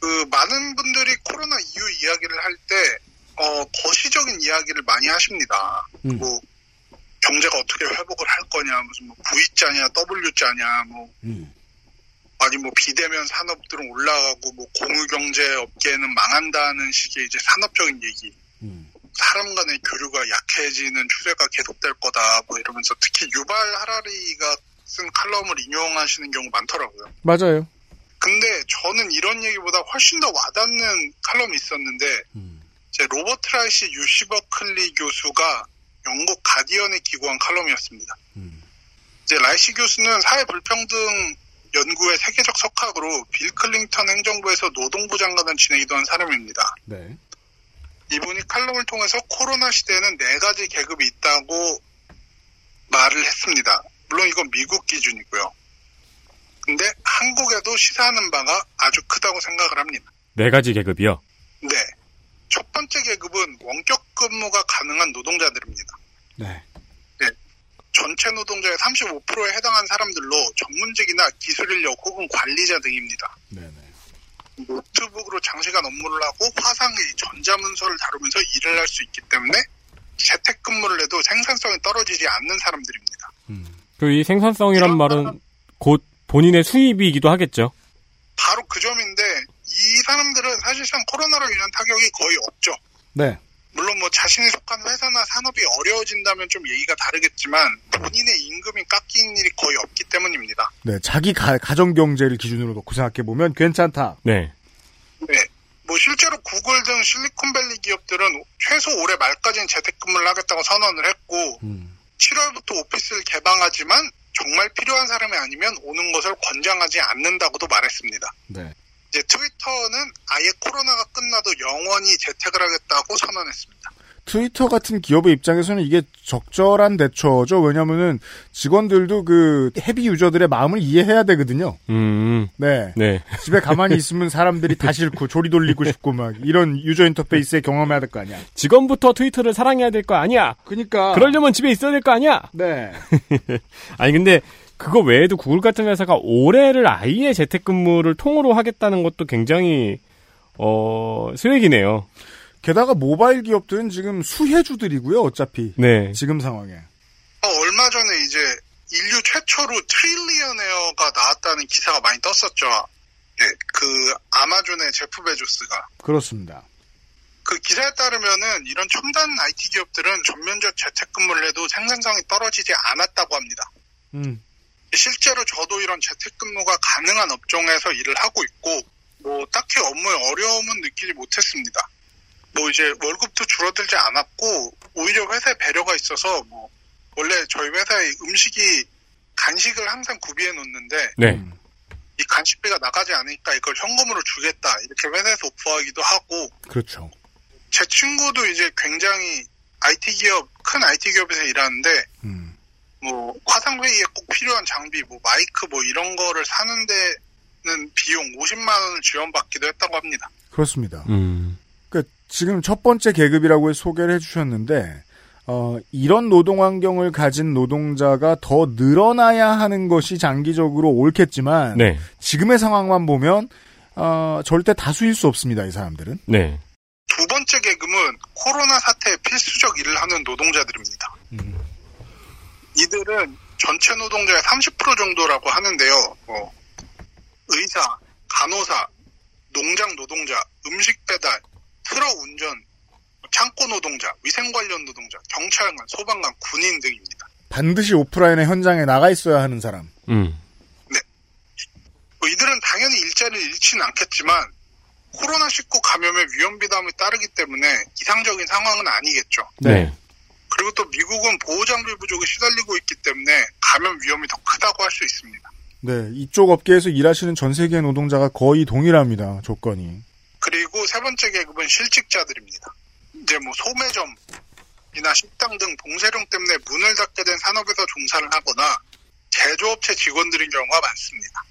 Speaker 8: 그 많은 분들이 코로나 이후 이야기를 할 때 어, 거시적인 이야기를 많이 하십니다.
Speaker 2: 음.
Speaker 8: 뭐 경제가 어떻게 회복을 할 거냐, 무슨 뭐 V자냐, W자냐, 뭐
Speaker 2: 음.
Speaker 8: 아니 뭐 비대면 산업들은 올라가고 뭐 공유경제 업계는 망한다는 식의 이제 산업적인 얘기. 사람 간의 교류가 약해지는 추세가 계속될 거다 뭐 이러면서 특히 유발 하라리가 쓴 칼럼을 인용하시는 경우 많더라고요.
Speaker 2: 맞아요.
Speaker 8: 근데 저는 이런 얘기보다 훨씬 더 와닿는 칼럼이 있었는데 제 로버트 라이시 유시버클리 교수가 영국 가디언에 기고한 칼럼이었습니다. 이제 라이시 교수는 사회 불평등 연구의 세계적 석학으로 빌 클링턴 행정부에서 노동부 장관을 지내기도 한 사람입니다.
Speaker 2: 네.
Speaker 8: 이분이 칼럼을 통해서 코로나 시대에는 네 가지 계급이 있다고 말을 했습니다. 물론 이건 미국 기준이고요. 근데 한국에도 시사하는 바가 아주 크다고 생각을 합니다.
Speaker 3: 네 가지 계급이요.
Speaker 8: 네. 첫 번째 계급은 원격 근무가 가능한 노동자들입니다.
Speaker 2: 네.
Speaker 8: 네. 전체 노동자의 35%에 해당한 사람들로 전문직이나 기술인력 혹은 관리자 등입니다.
Speaker 2: 네,
Speaker 8: 노트북으로 장시간 업무를 하고 화상의 전자문서를 다루면서 일을 할 수 있기 때문에 재택근무를 해도 생산성이 떨어지지 않는 사람들입니다.
Speaker 3: 그 이
Speaker 2: 아.
Speaker 3: 생산성이란 말은 곧 본인의 수입이기도 하겠죠.
Speaker 8: 바로 그 점인데 이 사람들은 사실상 코로나로 인한 타격이 거의 없죠.
Speaker 2: 네.
Speaker 8: 물론 뭐 자신이 속한 회사나 산업이 어려워진다면 좀 얘기가 다르겠지만 본인의 임금이 깎이는 일이 거의 없기 때문입니다.
Speaker 2: 네. 자기 가, 정 경제를 기준으로 놓고 생각해 보면 괜찮다.
Speaker 3: 네.
Speaker 8: 네. 뭐 실제로 구글 등 실리콘밸리 기업들은 최소 올해 말까지는 재택근무를 하겠다고 선언을 했고 7월부터 오피스를 개방하지만 정말 필요한 사람이 아니면 오는 것을 권장하지 않는다고도 말했습니다.
Speaker 2: 네.
Speaker 8: 이제 트위터는 아예 코로나가 끝나도 영원히 재택을 하겠다고 선언했습니다.
Speaker 2: 트위터 같은 기업의 입장에서는 이게 적절한 대처죠. 왜냐면은 직원들도 그 헤비 유저들의 마음을 이해해야 되거든요.
Speaker 3: 음.
Speaker 2: 네.
Speaker 3: 네.
Speaker 2: 집에 가만히 있으면 사람들이 다 싫고 조리 돌리고 싶고 막 이런 유저 인터페이스에 경험해야 될 거 아니야.
Speaker 3: 직원부터 트위터를 사랑해야 될 거 아니야.
Speaker 2: 그러니까.
Speaker 3: 그러려면 집에 있어야 될 거 아니야.
Speaker 2: 네.
Speaker 3: 아니 근데 그거 외에도 구글 같은 회사가 올해를 아예 재택근무를 통으로 하겠다는 것도 굉장히 어 쓰레기네요.
Speaker 2: 게다가 모바일 기업들은 지금 수혜주들이고요. 어차피
Speaker 3: 네.
Speaker 2: 지금 상황에.
Speaker 8: 어, 얼마 전에 이제 인류 최초로 트릴리언웨어가 나왔다는 기사가 많이 떴었죠. 예, 그 아마존의 제프 베조스가
Speaker 2: 그렇습니다.
Speaker 8: 그 기사에 따르면은 이런 첨단 IT 기업들은 전면적 재택근무를 해도 생산성이 떨어지지 않았다고 합니다.
Speaker 2: 음.
Speaker 8: 실제로 저도 이런 재택근무가 가능한 업종에서 일을 하고 있고 뭐 딱히 업무에 어려움은 느끼지 못했습니다. 뭐 이제 월급도 줄어들지 않았고 오히려 회사에 배려가 있어서 뭐 원래 저희 회사의 음식이 간식을 항상 구비해 놓는데
Speaker 3: 네.
Speaker 8: 이 간식비가 나가지 않으니까 이걸 현금으로 주겠다 이렇게 회사에서 오퍼하기도 하고
Speaker 2: 그렇죠.
Speaker 8: 제 친구도 이제 굉장히 IT 기업 큰 IT 기업에서 일하는데 뭐 화상 회의에 꼭 필요한 장비 뭐 마이크 뭐 이런 거를 사는 데는 비용 50만 원을 지원받기도 했다고 합니다.
Speaker 2: 그렇습니다.
Speaker 3: 음.
Speaker 2: 그러니까 지금 첫 번째 계급이라고 소개를 해주셨는데 어, 이런 노동 환경을 가진 노동자가 더 늘어나야 하는 것이 장기적으로 옳겠지만
Speaker 3: 네.
Speaker 2: 지금의 상황만 보면 어, 절대 다수일 수 없습니다. 이 사람들은.
Speaker 3: 네.
Speaker 8: 두 번째 계급은 코로나 사태에 필수적 일을 하는 노동자들입니다. 이들은 전체 노동자의 30% 정도라고 하는데요. 뭐 의사, 간호사, 농장 노동자, 음식 배달, 트럭 운전, 창고 노동자, 위생 관련 노동자, 경찰관, 소방관, 군인 등입니다.
Speaker 2: 반드시 오프라인의 현장에 나가 있어야 하는 사람.
Speaker 3: 음.
Speaker 8: 뭐 이들은 당연히 일자리를 잃지는 않겠지만 코로나19 감염의 위험 부담이 따르기 때문에 이상적인 상황은 아니겠죠.
Speaker 3: 네.
Speaker 8: 그리고 또 미국은 보호 장비 부족에 시달리고 있기 때문에 감염 위험이 더 크다고 할 수 있습니다.
Speaker 2: 네, 이쪽 업계에서 일하시는 전 세계 노동자가 거의 동일합니다. 조건이.
Speaker 8: 그리고 세 번째 계급은 실직자들입니다. 이제 뭐 소매점이나 식당 등 봉쇄령 때문에 문을 닫게 된 산업에서 종사를 하거나 제조업체 직원들인 경우가 많습니다.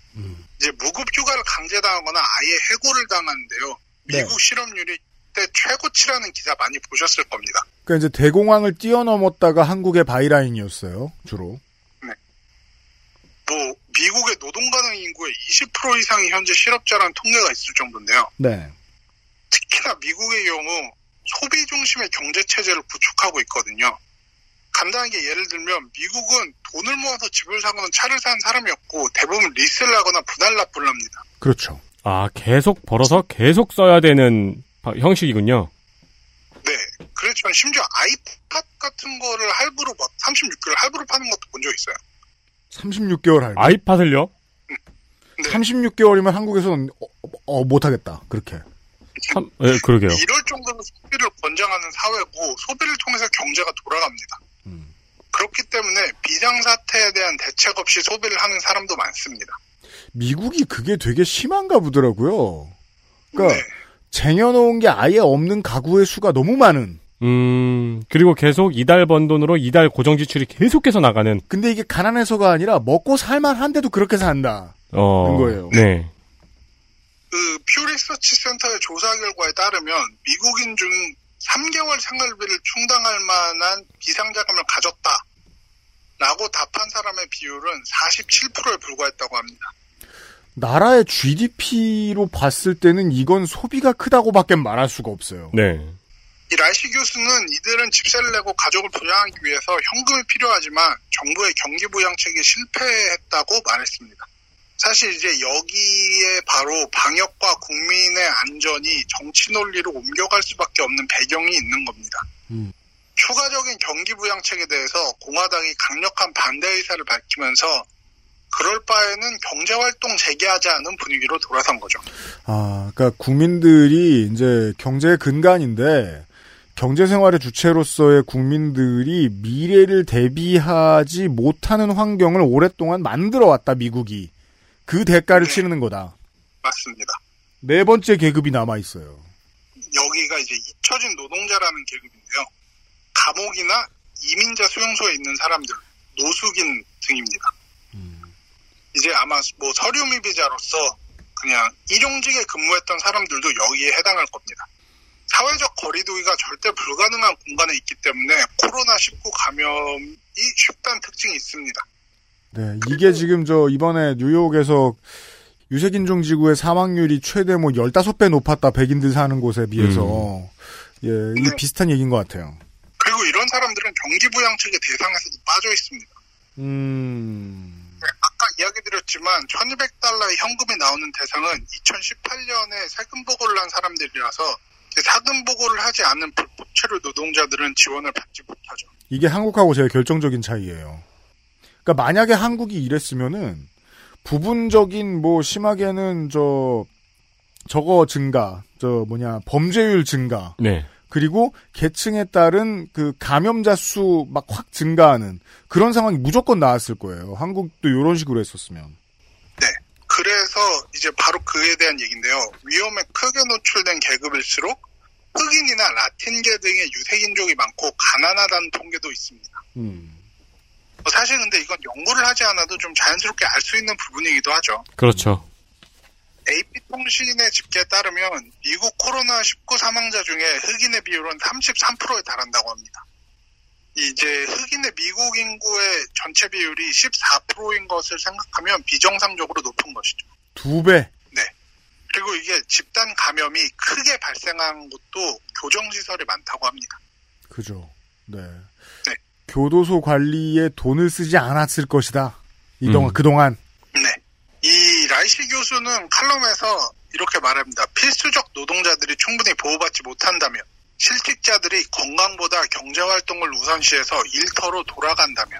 Speaker 8: 이제 무급 휴가를 강제당하거나 아예 해고를 당하는데요. 미국 실업률이 때 최고치라는 기사 많이 보셨을 겁니다.
Speaker 2: 그러니까 이제 대공황을 뛰어넘었다가 한국의 바이라인이었어요. 주로.
Speaker 8: 뭐 미국의 노동 가능 인구의 20% 이상이 현재 실업자라는 통계가 있을 정도인데요.
Speaker 2: 네.
Speaker 8: 특히나 미국의 경우 소비 중심의 경제 체제를 구축하고 있거든요. 간단하게 예를 들면 미국은 돈을 모아서 집을 사거나 차를 산 사람이 없고 대부분 리스를 하거나 분할 납부를 합니다.
Speaker 2: 그렇죠.
Speaker 3: 아, 계속 벌어서 계속 써야 되는 바- 형식이군요.
Speaker 8: 네, 그렇지만 심지어 아이팟 같은 거를 할부로 막 36개월 할부로 파는 것도 본 적 있어요.
Speaker 2: 36개월 할부.
Speaker 3: 아이팟을요?
Speaker 2: 36개월이면 한국에서는 어, 어, 못하겠다. 그렇게.
Speaker 3: 예, 그러게요.
Speaker 8: 이럴 정도로 소비를 권장하는 사회고 소비를 통해서 경제가 돌아갑니다. 그렇기 때문에 비상 사태에 대한 대책 없이 소비를 하는 사람도 많습니다.
Speaker 2: 미국이 그게 되게 심한가 보더라고요. 그러니까 쟁여놓은 게 아예 없는 가구의 수가 너무 많은.
Speaker 3: 음, 그리고 계속 이달 번 돈으로 이달 고정 지출이 계속해서 나가는.
Speaker 2: 근데 이게 가난해서가 아니라 먹고 살만한데도 그렇게 산다.
Speaker 3: 어,
Speaker 2: 그런 거예요.
Speaker 3: 네.
Speaker 8: 그 퓨 리서치 센터의 조사 결과에 따르면 미국인 중 3개월 생활비를 충당할 만한 비상자금을 가졌다. 라고 답한 사람의 비율은 47%에 불과했다고 합니다.
Speaker 2: 나라의 GDP로 봤을 때는 이건 소비가 크다고밖에 말할 수가 없어요.
Speaker 3: 네.
Speaker 8: 이 라이시 교수는 이들은 집세를 내고 가족을 부양하기 위해서 현금이 필요하지만 정부의 경기 부양책이 실패했다고 말했습니다. 사실 이제 여기에 바로 방역과 국민의 안전이 정치 논리로 옮겨갈 수밖에 없는 배경이 있는 겁니다.
Speaker 2: 음.
Speaker 8: 추가적인 경기 부양책에 대해서 공화당이 강력한 반대 의사를 밝히면서 그럴 바에는 경제활동 재개하지 않은 분위기로 돌아선 거죠.
Speaker 2: 아, 그러니까 국민들이 이제 경제의 근간인데 경제 생활의 주체로서의 국민들이 미래를 대비하지 못하는 환경을 오랫동안 만들어 왔다 미국이 그 대가를 치르는 거다.
Speaker 8: 맞습니다.
Speaker 2: 네 번째 계급이 남아 있어요.
Speaker 8: 여기가 이제 잊혀진 노동자라는 계급인데요. 감옥이나 이민자 수용소에 있는 사람들, 노숙인 등입니다. 이제 아마 뭐 서류 미비자로서 그냥 일용직에 근무했던 사람들도 여기에 해당할 겁니다. 사회적 거리두기가 절대 불가능한 공간에 있기 때문에 코로나19 감염이 쉽다는 특징이 있습니다.
Speaker 2: 네, 이게 지금 저 이번에 뉴욕에서 유색인종 지구의 사망률이 최대 뭐 15배 높았다 백인들 사는 곳에 비해서 예, 이 비슷한 얘기인 것 같아요.
Speaker 8: 그리고 이런 사람들은 경기부양책의 대상에서도 빠져 있습니다.
Speaker 2: 음,
Speaker 8: 아까 이야기드렸지만 1,200달러의 현금이 나오는 대상은 2018년에 세금 보고를 한 사람들이라서 이제 세금 보고를 하지 않은 불법 체류 노동자들은 지원을 받지 못하죠.
Speaker 2: 이게 한국하고 제일 결정적인 차이예요. 그러니까 만약에 한국이 이랬으면은 부분적인 뭐 심하게는 저 저거 증가, 저 뭐냐 범죄율 증가,
Speaker 3: 네.
Speaker 2: 그리고 계층에 따른 그 감염자 수 막 확 증가하는 그런 상황이 무조건 나왔을 거예요. 한국도 이런 식으로 했었으면.
Speaker 8: 네. 그래서 이제 바로 그에 대한 얘기인데요. 위험에 크게 노출된 계급일수록 흑인이나 라틴계 등의 유색인종이 많고 가난하다는 통계도 있습니다.
Speaker 2: 음.
Speaker 8: 뭐 사실 근데 이건 연구를 하지 않아도 좀 자연스럽게 알 수 있는 부분이기도 하죠.
Speaker 3: 그렇죠.
Speaker 8: AP통신의 집계에 따르면 미국 코로나19 사망자 중에 흑인의 비율은 33%에 달한다고 합니다. 이제 흑인의 미국 인구의 전체 비율이 14%인 것을 생각하면 비정상적으로 높은 것이죠. 네.
Speaker 2: 두 배.
Speaker 8: 그리고 이게 집단 감염이 크게 발생한 곳도 교정시설이 많다고 합니다.
Speaker 2: 그죠. 네. 교도소 관리에 돈을 쓰지 않았을 것이다. 이동
Speaker 8: 음.
Speaker 2: 그동안
Speaker 8: 네. 이 라이시 교수는 칼럼에서 이렇게 말합니다. 필수적 노동자들이 충분히 보호받지 못한다면, 실직자들이 건강보다 경제활동을 우선시해서 일터로 돌아간다면,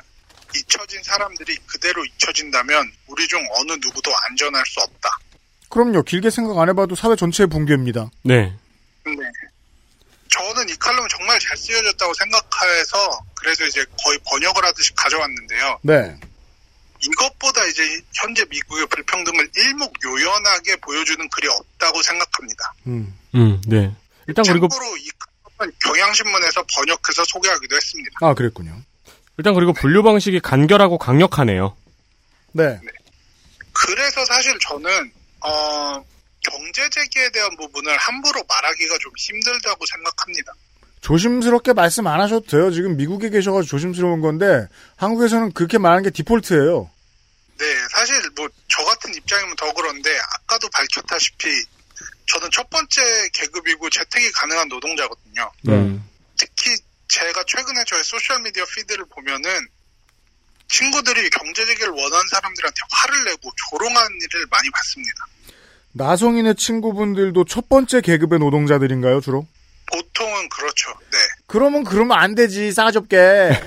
Speaker 8: 잊혀진 사람들이 그대로 잊혀진다면 우리 중 어느 누구도 안전할 수 없다.
Speaker 2: 그럼요. 길게 생각 안 해봐도 사회 전체의 붕괴입니다.
Speaker 3: 네.
Speaker 8: 네. 저는 이 칼럼이 정말 잘 쓰여졌다고 생각해서 그래서 이제 거의 번역을 하듯이 가져왔는데요.
Speaker 2: 네.
Speaker 8: 이것보다 이제 현재 미국의 불평등을 일목요연하게 보여주는 글이 없다고 생각합니다.
Speaker 3: 음. 음, 네. 일단 그리고
Speaker 8: 참고로 이 칼럼은 경향신문에서 번역해서 소개하기도 했습니다.
Speaker 2: 아, 그랬군요.
Speaker 3: 일단 그리고 분류 방식이 간결하고 강력하네요.
Speaker 2: 네.
Speaker 8: 그래서 사실 저는 어, 경제 재계에 대한 부분을 함부로 말하기가 좀 힘들다고 생각합니다.
Speaker 2: 조심스럽게 말씀 안 하셔도 돼요. 지금 미국에 계셔가지고 조심스러운 건데 한국에서는 그렇게 말하는 게 디폴트예요.
Speaker 8: 네, 사실 뭐 저 같은 입장이면 더 그런데 아까도 밝혔다시피 저는 첫 번째 계급이고 재택이 가능한 노동자거든요.
Speaker 6: 네.
Speaker 3: 음.
Speaker 8: 특히 제가 최근에 저의 소셜미디어 피드를 보면은 친구들이 경제재계를 원하는 사람들한테 화를 내고 조롱하는 일을 많이 봤습니다.
Speaker 2: 나성인의 친구분들도 첫 번째 계급의 노동자들인가요, 주로?
Speaker 8: 보통은 그렇죠. 네.
Speaker 2: 그러면 그러면 안 되지, 싸가지게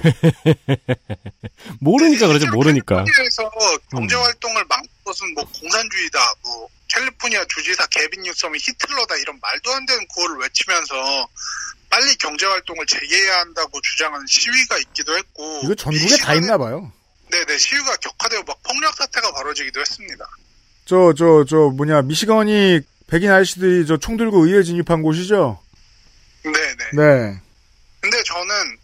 Speaker 3: 모르니까 그러죠, 모르니까. 음.
Speaker 8: 캘리포니아에서 경제활동을 막는 것은 뭐 공산주의다, 뭐 캘리포니아 주지사 개빈 뉴섬이 히틀러다 이런 말도 안 되는 구호를 외치면서 빨리 경제활동을 재개해야 한다고 주장하는 시위가 있기도 했고
Speaker 2: 이거 전국에 다 있나 봐요.
Speaker 8: 네네 시위가 격화되고 막 폭력 사태가 벌어지기도 했습니다.
Speaker 2: 저, 저, 저, 뭐냐, 미시건이 백인 아저씨들이 저 총 들고 의회 진입한 곳이죠?
Speaker 8: 네네.
Speaker 2: 네.
Speaker 8: 근데 저는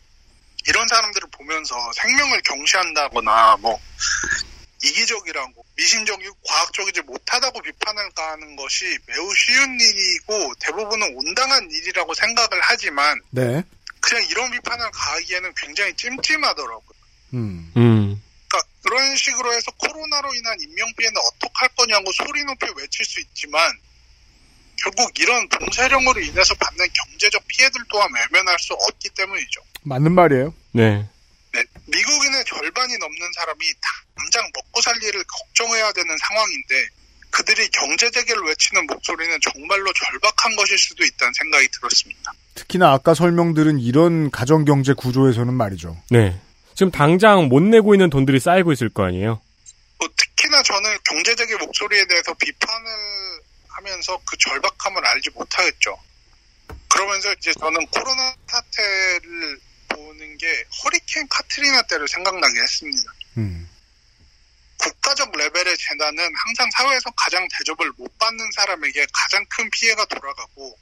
Speaker 8: 이런 사람들을 보면서 생명을 경시한다거나 뭐 이기적이라고 미신적이고 과학적이지 못하다고 비판을 가하는 것이 매우 쉬운 일이고 대부분은 온당한 일이라고 생각을 하지만
Speaker 2: 네.
Speaker 8: 그냥 이런 비판을 가하기에는 굉장히 찜찜하더라고요.
Speaker 2: 음.
Speaker 3: 음.
Speaker 8: 그러니까 그런 식으로 해서 코로나로 인한 인명피해는 어떻게 할 거냐고 소리 높여 외칠 수 있지만 결국 이런 봉쇄령으로 인해서 받는 경제적 피해들 또한 외면할 수 없기 때문이죠.
Speaker 2: 맞는 말이에요.
Speaker 3: 네.
Speaker 8: 네, 미국인의 절반이 넘는 사람이 당장 먹고 살 일을 걱정해야 되는 상황인데 그들이 경제 재개를 외치는 목소리는 정말로 절박한 것일 수도 있다는 생각이 들었습니다.
Speaker 2: 특히나 아까 설명들은 이런 가정경제 구조에서는 말이죠.
Speaker 3: 네. 지금 당장 못 내고 있는 돈들이 쌓이고 있을 거 아니에요?
Speaker 8: 특히나 저는 경제 재개 목소리에 대해서 비판을 하면서 그 절박함을 알지 못하겠죠. 그러면서 이제 저는 코로나 사태를 보는 게 허리케인 카트리나 때를 생각나게 했습니다.
Speaker 2: 음.
Speaker 8: 국가적 레벨의 재난은 항상 사회에서 가장 대접을 못 받는 사람에게 가장 큰 피해가 돌아가고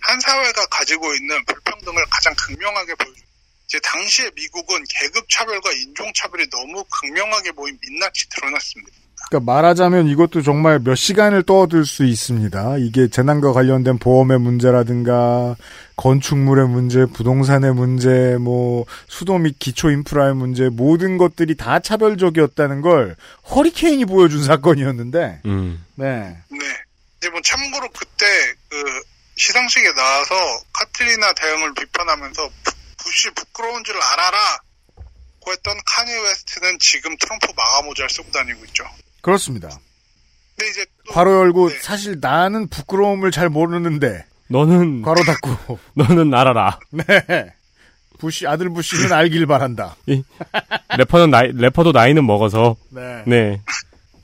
Speaker 8: 한 사회가 가지고 있는 불평등을 가장 극명하게 보여줍니다. 이제 당시에 미국은 계급 차별과 인종 차별이 너무 극명하게 보인 민낯이 드러났습니다.
Speaker 2: 그러니까 말하자면 이것도 정말 몇 시간을 떠들 수 있습니다. 이게 재난과 관련된 보험의 문제라든가 건축물의 문제, 부동산의 문제, 뭐 수도 및 기초 인프라의 문제 모든 것들이 다 차별적이었다는 걸 허리케인이 보여준 사건이었는데
Speaker 3: 음.
Speaker 2: 네.
Speaker 8: 네. 이제 뭐 참고로 그때 그 시상식에 나와서 카트리나 대응을 비판하면서 부- 부시 부끄러운 줄 알아라. 고 했던 카니 웨스트는 지금 트럼프 마가 모자를 쓰고 다니고 있죠.
Speaker 2: 그렇습니다.
Speaker 8: 근데 이제 네.
Speaker 2: 괄호 열고 사실 나는 부끄러움을 잘 모르는데
Speaker 3: 너는
Speaker 2: 괄호 닫고
Speaker 3: 너는 알아라.
Speaker 2: 네. 부시 아들 부시는 알길 바란다.
Speaker 3: 이- 래퍼는 나이, 래퍼도 나이는 먹어서.
Speaker 2: 네.
Speaker 3: 네.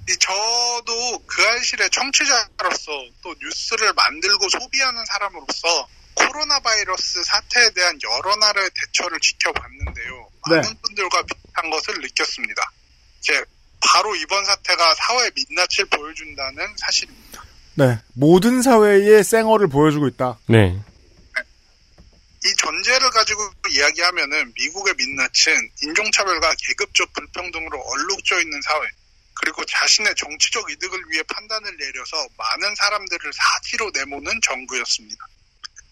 Speaker 8: 이 저도 그 알실의 청취자로서 또 뉴스를 만들고 소비하는 사람으로서 코로나 바이러스 사태에 대한 여러 나라의 대처를 지켜봤는데요.
Speaker 2: 네.
Speaker 8: 많은 분들과 비슷한 것을 느꼈습니다. 이제 바로 이번 사태가 사회 민낯을 보여준다는 사실.
Speaker 2: 네. 모든 사회의 생얼을 보여주고 있다.
Speaker 3: 네.
Speaker 8: 이 전제를 가지고 이야기하면은 미국의 민낯은 인종차별과 계급적 불평등으로 얼룩져 있는 사회, 그리고 자신의 정치적 이득을 위해 판단을 내려서 많은 사람들을 사지로 내모는 정부였습니다.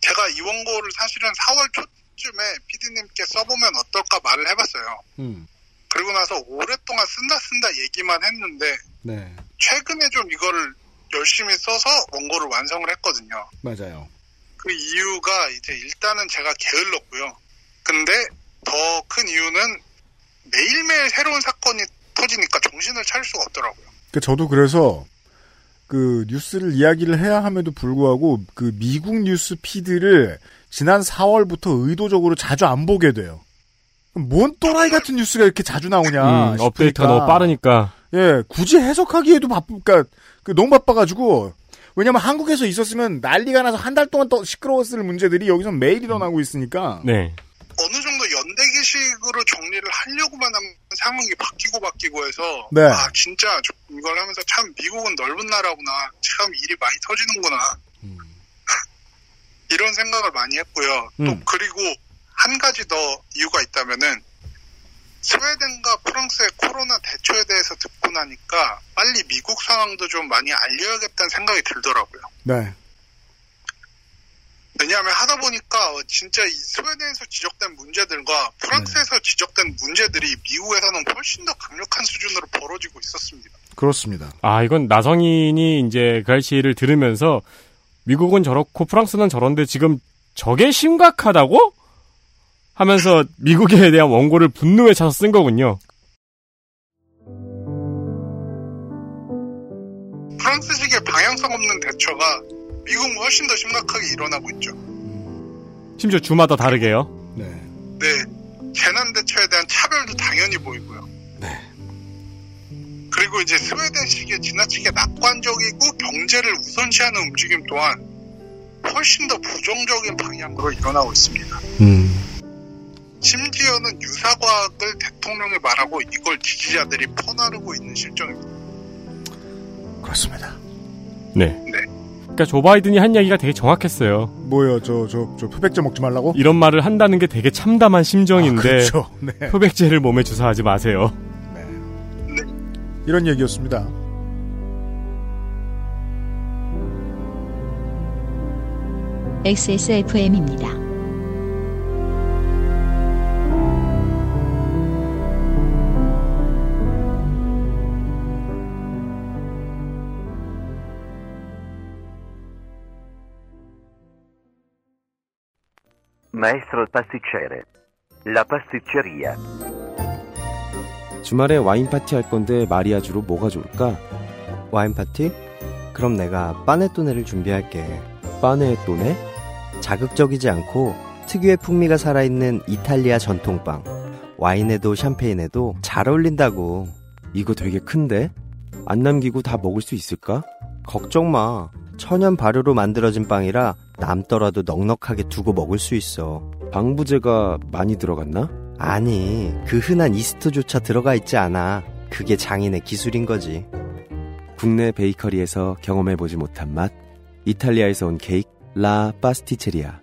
Speaker 8: 제가 이 원고를 사실은 4월 초쯤에 피디님께 써보면 어떨까 말을 해봤어요.
Speaker 2: 음.
Speaker 8: 그리고 나서 오랫동안 쓴다 쓴다 얘기만 했는데
Speaker 2: 네.
Speaker 8: 최근에 좀 이거를 열심히 써서 원고를 완성을 했거든요.
Speaker 2: 맞아요.
Speaker 8: 그 이유가 이제 일단은 제가 게을렀고요. 근데 더 큰 이유는 매일매일 새로운 사건이 터지니까 정신을 차릴 수가 없더라고요.
Speaker 2: 그 저도 그래서 그 뉴스를 이야기를 해야 함에도 불구하고 그 미국 뉴스 피드를 지난 4월부터 의도적으로 자주 안 보게 돼요. 뭔 또라이 같은 뉴스가 이렇게 자주 나오냐.
Speaker 3: 음, 업데이트가 너무 빠르니까.
Speaker 2: 예, 굳이 해석하기에도 바쁘니까 그 너무 바빠가지고 왜냐면 한국에서 있었으면 난리가 나서 한 달 동안 또 시끄러웠을 문제들이 여기서 매일 일어나고 있으니까.
Speaker 3: 네.
Speaker 8: 어느 정도 연대기식으로 정리를 하려고만 하면 상황이 바뀌고 바뀌고 해서
Speaker 2: 네.
Speaker 8: 아 진짜 저- 이걸 하면서 참 미국은 넓은 나라구나 참 일이 많이 터지는구나 이런 생각을 많이 했고요
Speaker 2: 음.
Speaker 8: 그리고 한 가지 더 이유가 있다면은 스웨덴과 프랑스의 코로나 대처에 대해서 듣고 나니까 빨리 미국 상황도 좀 많이 알려야겠다는 생각이 들더라고요.
Speaker 2: 네.
Speaker 8: 왜냐하면 하다 보니까 어, 진짜 이 스웨덴에서 지적된 문제들과 프랑스에서 지적된 문제들이 미국에서는 훨씬 더 강력한 수준으로 벌어지고 있었습니다.
Speaker 2: 그렇습니다.
Speaker 3: 아, 이건 나성인이 이제 그 날씨를 들으면서 미국은 저렇고 프랑스는 저런데 지금 저게 심각하다고? 하면서 미국에 대한 원고를 분노에 차서 쓴 거군요.
Speaker 8: 프랑스식의 방향성 없는 대처가 미국은 훨씬 더 심각하게 일어나고 있죠.
Speaker 3: 심지어 주마다 다르게요.
Speaker 8: 네, 재난 대처에 대한 차별도 당연히 보이고요. 그리고 이제 스웨덴식의 지나치게 낙관적이고 경제를 우선시하는 움직임 또한 훨씬 더 부정적인 방향으로 일어나고 있습니다. 심지어는 유사과학을 대통령이 말하고 이걸 지지자들이 퍼나르고 있는 실정입니다.
Speaker 2: 그렇습니다.
Speaker 3: 네. 그러니까 조 바이든이 한 얘기가 되게 정확했어요.
Speaker 2: 뭐요? 저 저 저 표백제 먹지 말라고?
Speaker 3: 이런 말을 한다는 게 되게 참담한 심정인데
Speaker 2: 그렇죠. 네.
Speaker 3: 표백제를 몸에 주사하지 마세요.
Speaker 2: 이런 얘기였습니다.
Speaker 1: XSFM입니다.
Speaker 5: Maestro pasticcere. La pasticceria.
Speaker 14: 주말에 와인 파티 할 건데 마리아주로 뭐가 좋을까?
Speaker 4: 와인 파티? 그럼 내가 빠네또네를 준비할게.
Speaker 14: 빠네또네?
Speaker 4: 자극적이지 않고 특유의 풍미가 살아있는 이탈리아 전통빵. 와인에도 샴페인에도 잘 어울린다고.
Speaker 14: 이거 되게 큰데? 안 남기고 다 먹을 수 있을까?
Speaker 4: 걱정 마. 천연 발효로 만들어진 빵이라 남더라도 넉넉하게 두고 먹을 수 있어. 방부제가 많이 들어갔나? 아니, 그 흔한 이스트조차 들어가 있지 않아. 그게 장인의 기술인 거지.
Speaker 14: 국내 베이커리에서 경험해보지 못한 맛 이탈리아에서 온 케이크 라 파스티체리아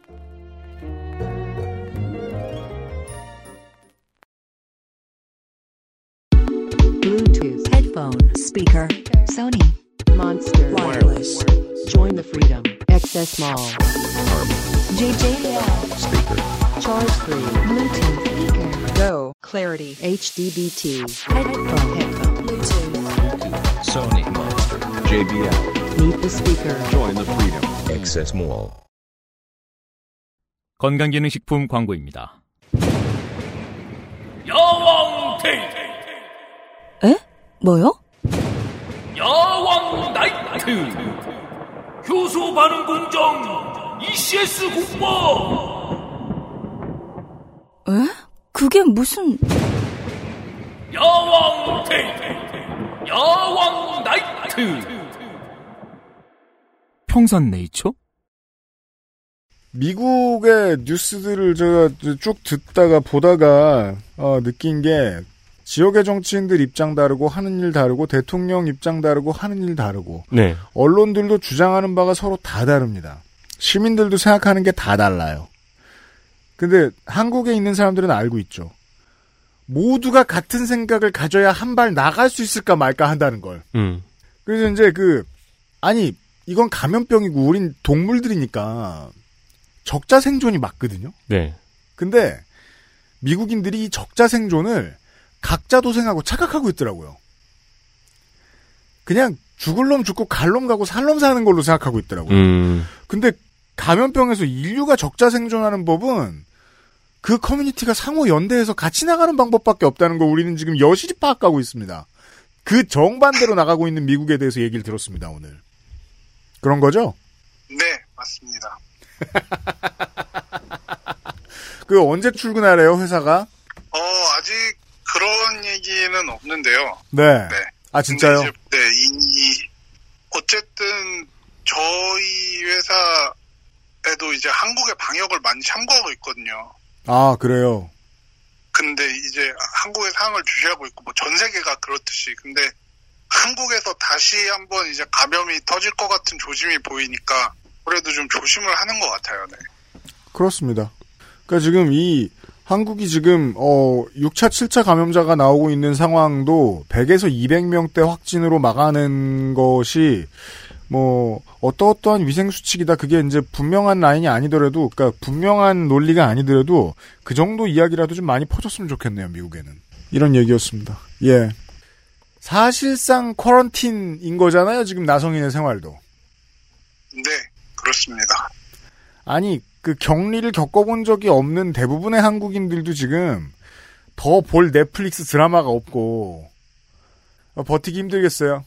Speaker 13: Bluetooth headphone speaker. Sony Monster Wireless. Join the freedom. XS Mall. JJL speaker. Charge free Bluetooth speaker. Go clarity HDBT headphone headphone Bluetooth
Speaker 15: Sony Monster. JBL.
Speaker 13: Meet the speaker.
Speaker 15: Join the freedom. Access Mall.
Speaker 11: 건강기능식품 광고입니다.
Speaker 6: 여왕 테이
Speaker 16: 에? 뭐요?
Speaker 6: 여왕 나이트 교수 반응 공정 ECS 공모
Speaker 16: 에? 그게 무슨
Speaker 6: 여왕 테이 여왕 나이트
Speaker 11: 평산 네이처?
Speaker 2: 미국의 뉴스들을 제가 쭉 듣다가 보다가 어, 느낀 게 지역의 정치인들 입장 다르고 하는 일 다르고 대통령 입장 다르고 하는 일 다르고
Speaker 3: 네.
Speaker 2: 언론들도 주장하는 바가 서로 다 다릅니다. 시민들도 생각하는 게 다 달라요. 근데 한국에 있는 사람들은 알고 있죠. 모두가 같은 생각을 가져야 한 발 나갈 수 있을까 말까 한다는 걸.
Speaker 3: 음.
Speaker 2: 그래서 이제 그 아니 이건 감염병이고 우린 동물들이니까 적자 생존이 맞거든요.
Speaker 3: 네.
Speaker 2: 근데 미국인들이 이 적자 생존을 각자 도생하고 착각하고 있더라고요. 그냥 죽을 놈 죽고 갈 놈 가고 살 놈 사는 걸로 생각하고 있더라고요.
Speaker 3: 음.
Speaker 2: 근데 감염병에서 인류가 적자 생존하는 법은 그 커뮤니티가 상호 연대해서 같이 나가는 방법밖에 없다는 거 우리는 지금 여실히 파악하고 있습니다. 그 정반대로 나가고 있는 미국에 대해서 얘기를 들었습니다, 오늘. 그런 거죠?
Speaker 8: 네, 맞습니다.
Speaker 2: 그 언제 출근하래요, 회사가?
Speaker 8: 어, 아직 그런 얘기는 없는데요.
Speaker 2: 네. 아, 진짜요?
Speaker 8: 근데 이제, 네, 이, 어쨌든 저희 회사에도 이제 한국의 방역을 많이 참고하고 있거든요.
Speaker 2: 아, 그래요.
Speaker 8: 근데 이제 한국의 상황을 주시하고 있고 뭐 전 세계가 그렇듯이 근데 한국에서 다시 한번 이제 감염이 터질 것 같은 조짐이 보이니까 그래도 좀 조심을 하는 것 같아요. 네.
Speaker 2: 그렇습니다. 그러니까 지금 이 한국이 지금 어 6차 7차 감염자가 나오고 있는 상황도 100에서 200명대 확진으로 막아낸 것이 뭐 어떠어떠한 위생 수칙이다 그게 이제 분명한 라인이 아니더라도 그러니까 분명한 논리가 아니더라도 그 정도 이야기라도 좀 많이 퍼졌으면 좋겠네요 미국에는 이런 얘기였습니다. 예. 사실상 쿼런틴인 거잖아요 지금 나성인의 생활도.
Speaker 8: 네, 그렇습니다.
Speaker 2: 아니 그 격리를 겪어본 적이 없는 대부분의 한국인들도 지금 더 볼 넷플릭스 드라마가 없고 어, 버티기 힘들겠어요.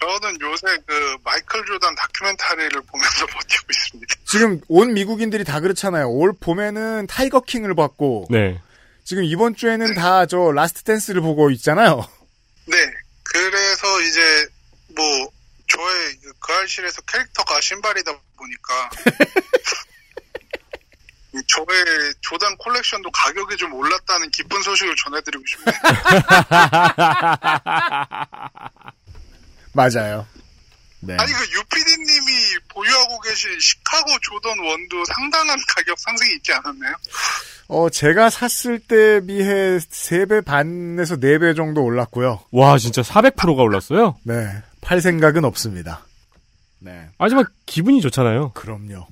Speaker 8: 저는 요새 그 마이클 조단 다큐멘터리를 보면서 버티고 있습니다.
Speaker 2: 지금 온 미국인들이 다 그렇잖아요. 올 봄에는 타이거 킹을 봤고
Speaker 3: 네.
Speaker 2: 지금 이번 주에는 다 저 라스트 댄스를 보고 있잖아요.
Speaker 8: 네, 그래서 이제 뭐 저의 그 그알실에서 캐릭터가 신발이다 보니까 이 저의 조단 콜렉션도 가격이 좀 올랐다는 기쁜 소식을 전해드리고 싶네요.
Speaker 2: 맞아요. 네.
Speaker 8: 아니 그 유피디님이 보유하고 계신 시카고 조던 원도 상당한 가격 상승이 있지 않았나요?
Speaker 2: 어, 제가 샀을 때 비해 3배 반에서 4배 정도 올랐고요.
Speaker 3: 와, 진짜 400%가 올랐어요? 아,
Speaker 2: 네. 팔 생각은 없습니다.
Speaker 8: 네.
Speaker 3: 하지만 기분이 좋잖아요.
Speaker 2: 그럼요.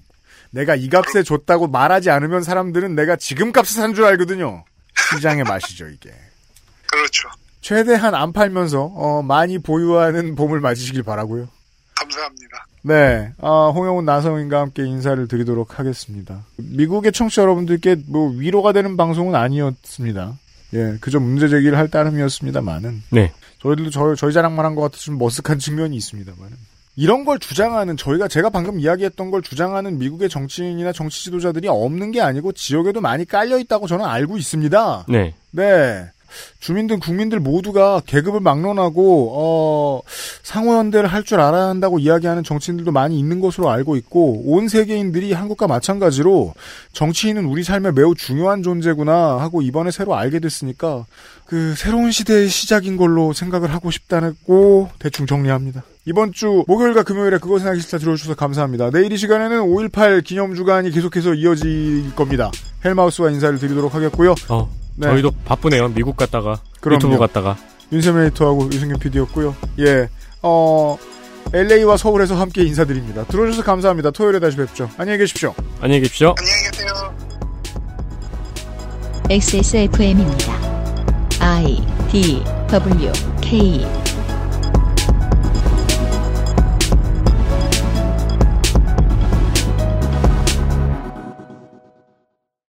Speaker 2: 내가 이 값에 줬다고 말하지 않으면 사람들은 내가 지금 값에 산 줄 알거든요. 시장의 맛이죠, 이게.
Speaker 8: 그렇죠.
Speaker 2: 최대한 안 팔면서 어, 많이 보유하는 봄을 맞으시길 바라고요.
Speaker 8: 감사합니다.
Speaker 2: 네, 아, 홍영훈 나성인과 함께 인사를 드리도록 하겠습니다. 미국의 청취자 여러분들께 뭐 위로가 되는 방송은 아니었습니다. 예, 그저 문제 제기를 할 따름이었습니다만은.
Speaker 3: 네.
Speaker 2: 저희들도 저, 저희 자랑만 한 것 같아서 좀 머쓱한 측면이 있습니다만은. 이런 걸 주장하는 저희가 제가 방금 이야기했던 걸 주장하는 미국의 정치인이나 정치 지도자들이 없는 게 아니고 지역에도 많이 깔려 있다고 저는 알고 있습니다.
Speaker 3: 네.
Speaker 2: 네. 주민들 국민들 모두가 계급을 막론하고 어, 상호연대를 할 줄 알아야 한다고 이야기하는 정치인들도 많이 있는 것으로 알고 있고 온 세계인들이 한국과 마찬가지로 정치인은 우리 삶에 매우 중요한 존재구나 하고 이번에 새로 알게 됐으니까 그 새로운 시대의 시작인 걸로 생각을 하고 싶다고 대충 정리합니다. 이번 주 목요일과 금요일에 그것은 하기 싫다 들어주셔서 감사합니다. 내일 이 시간에는 5.18 기념주간이 계속해서 이어질 겁니다. 헬마우스와 인사를 드리도록 하겠고요.
Speaker 3: 어,
Speaker 2: 네.
Speaker 3: 저희도 바쁘네요. 미국 갔다가
Speaker 2: 그럼요.
Speaker 3: 유튜브 갔다가
Speaker 2: 윤세민 에디터하고 유승균 PD였고요. 예, 어, LA와 서울에서 함께 인사드립니다. 들어주셔서 감사합니다. 토요일에 다시 뵙죠. 안녕히 계십시오.
Speaker 3: 안녕히 계십시오.
Speaker 1: XSFM입니다. I D W K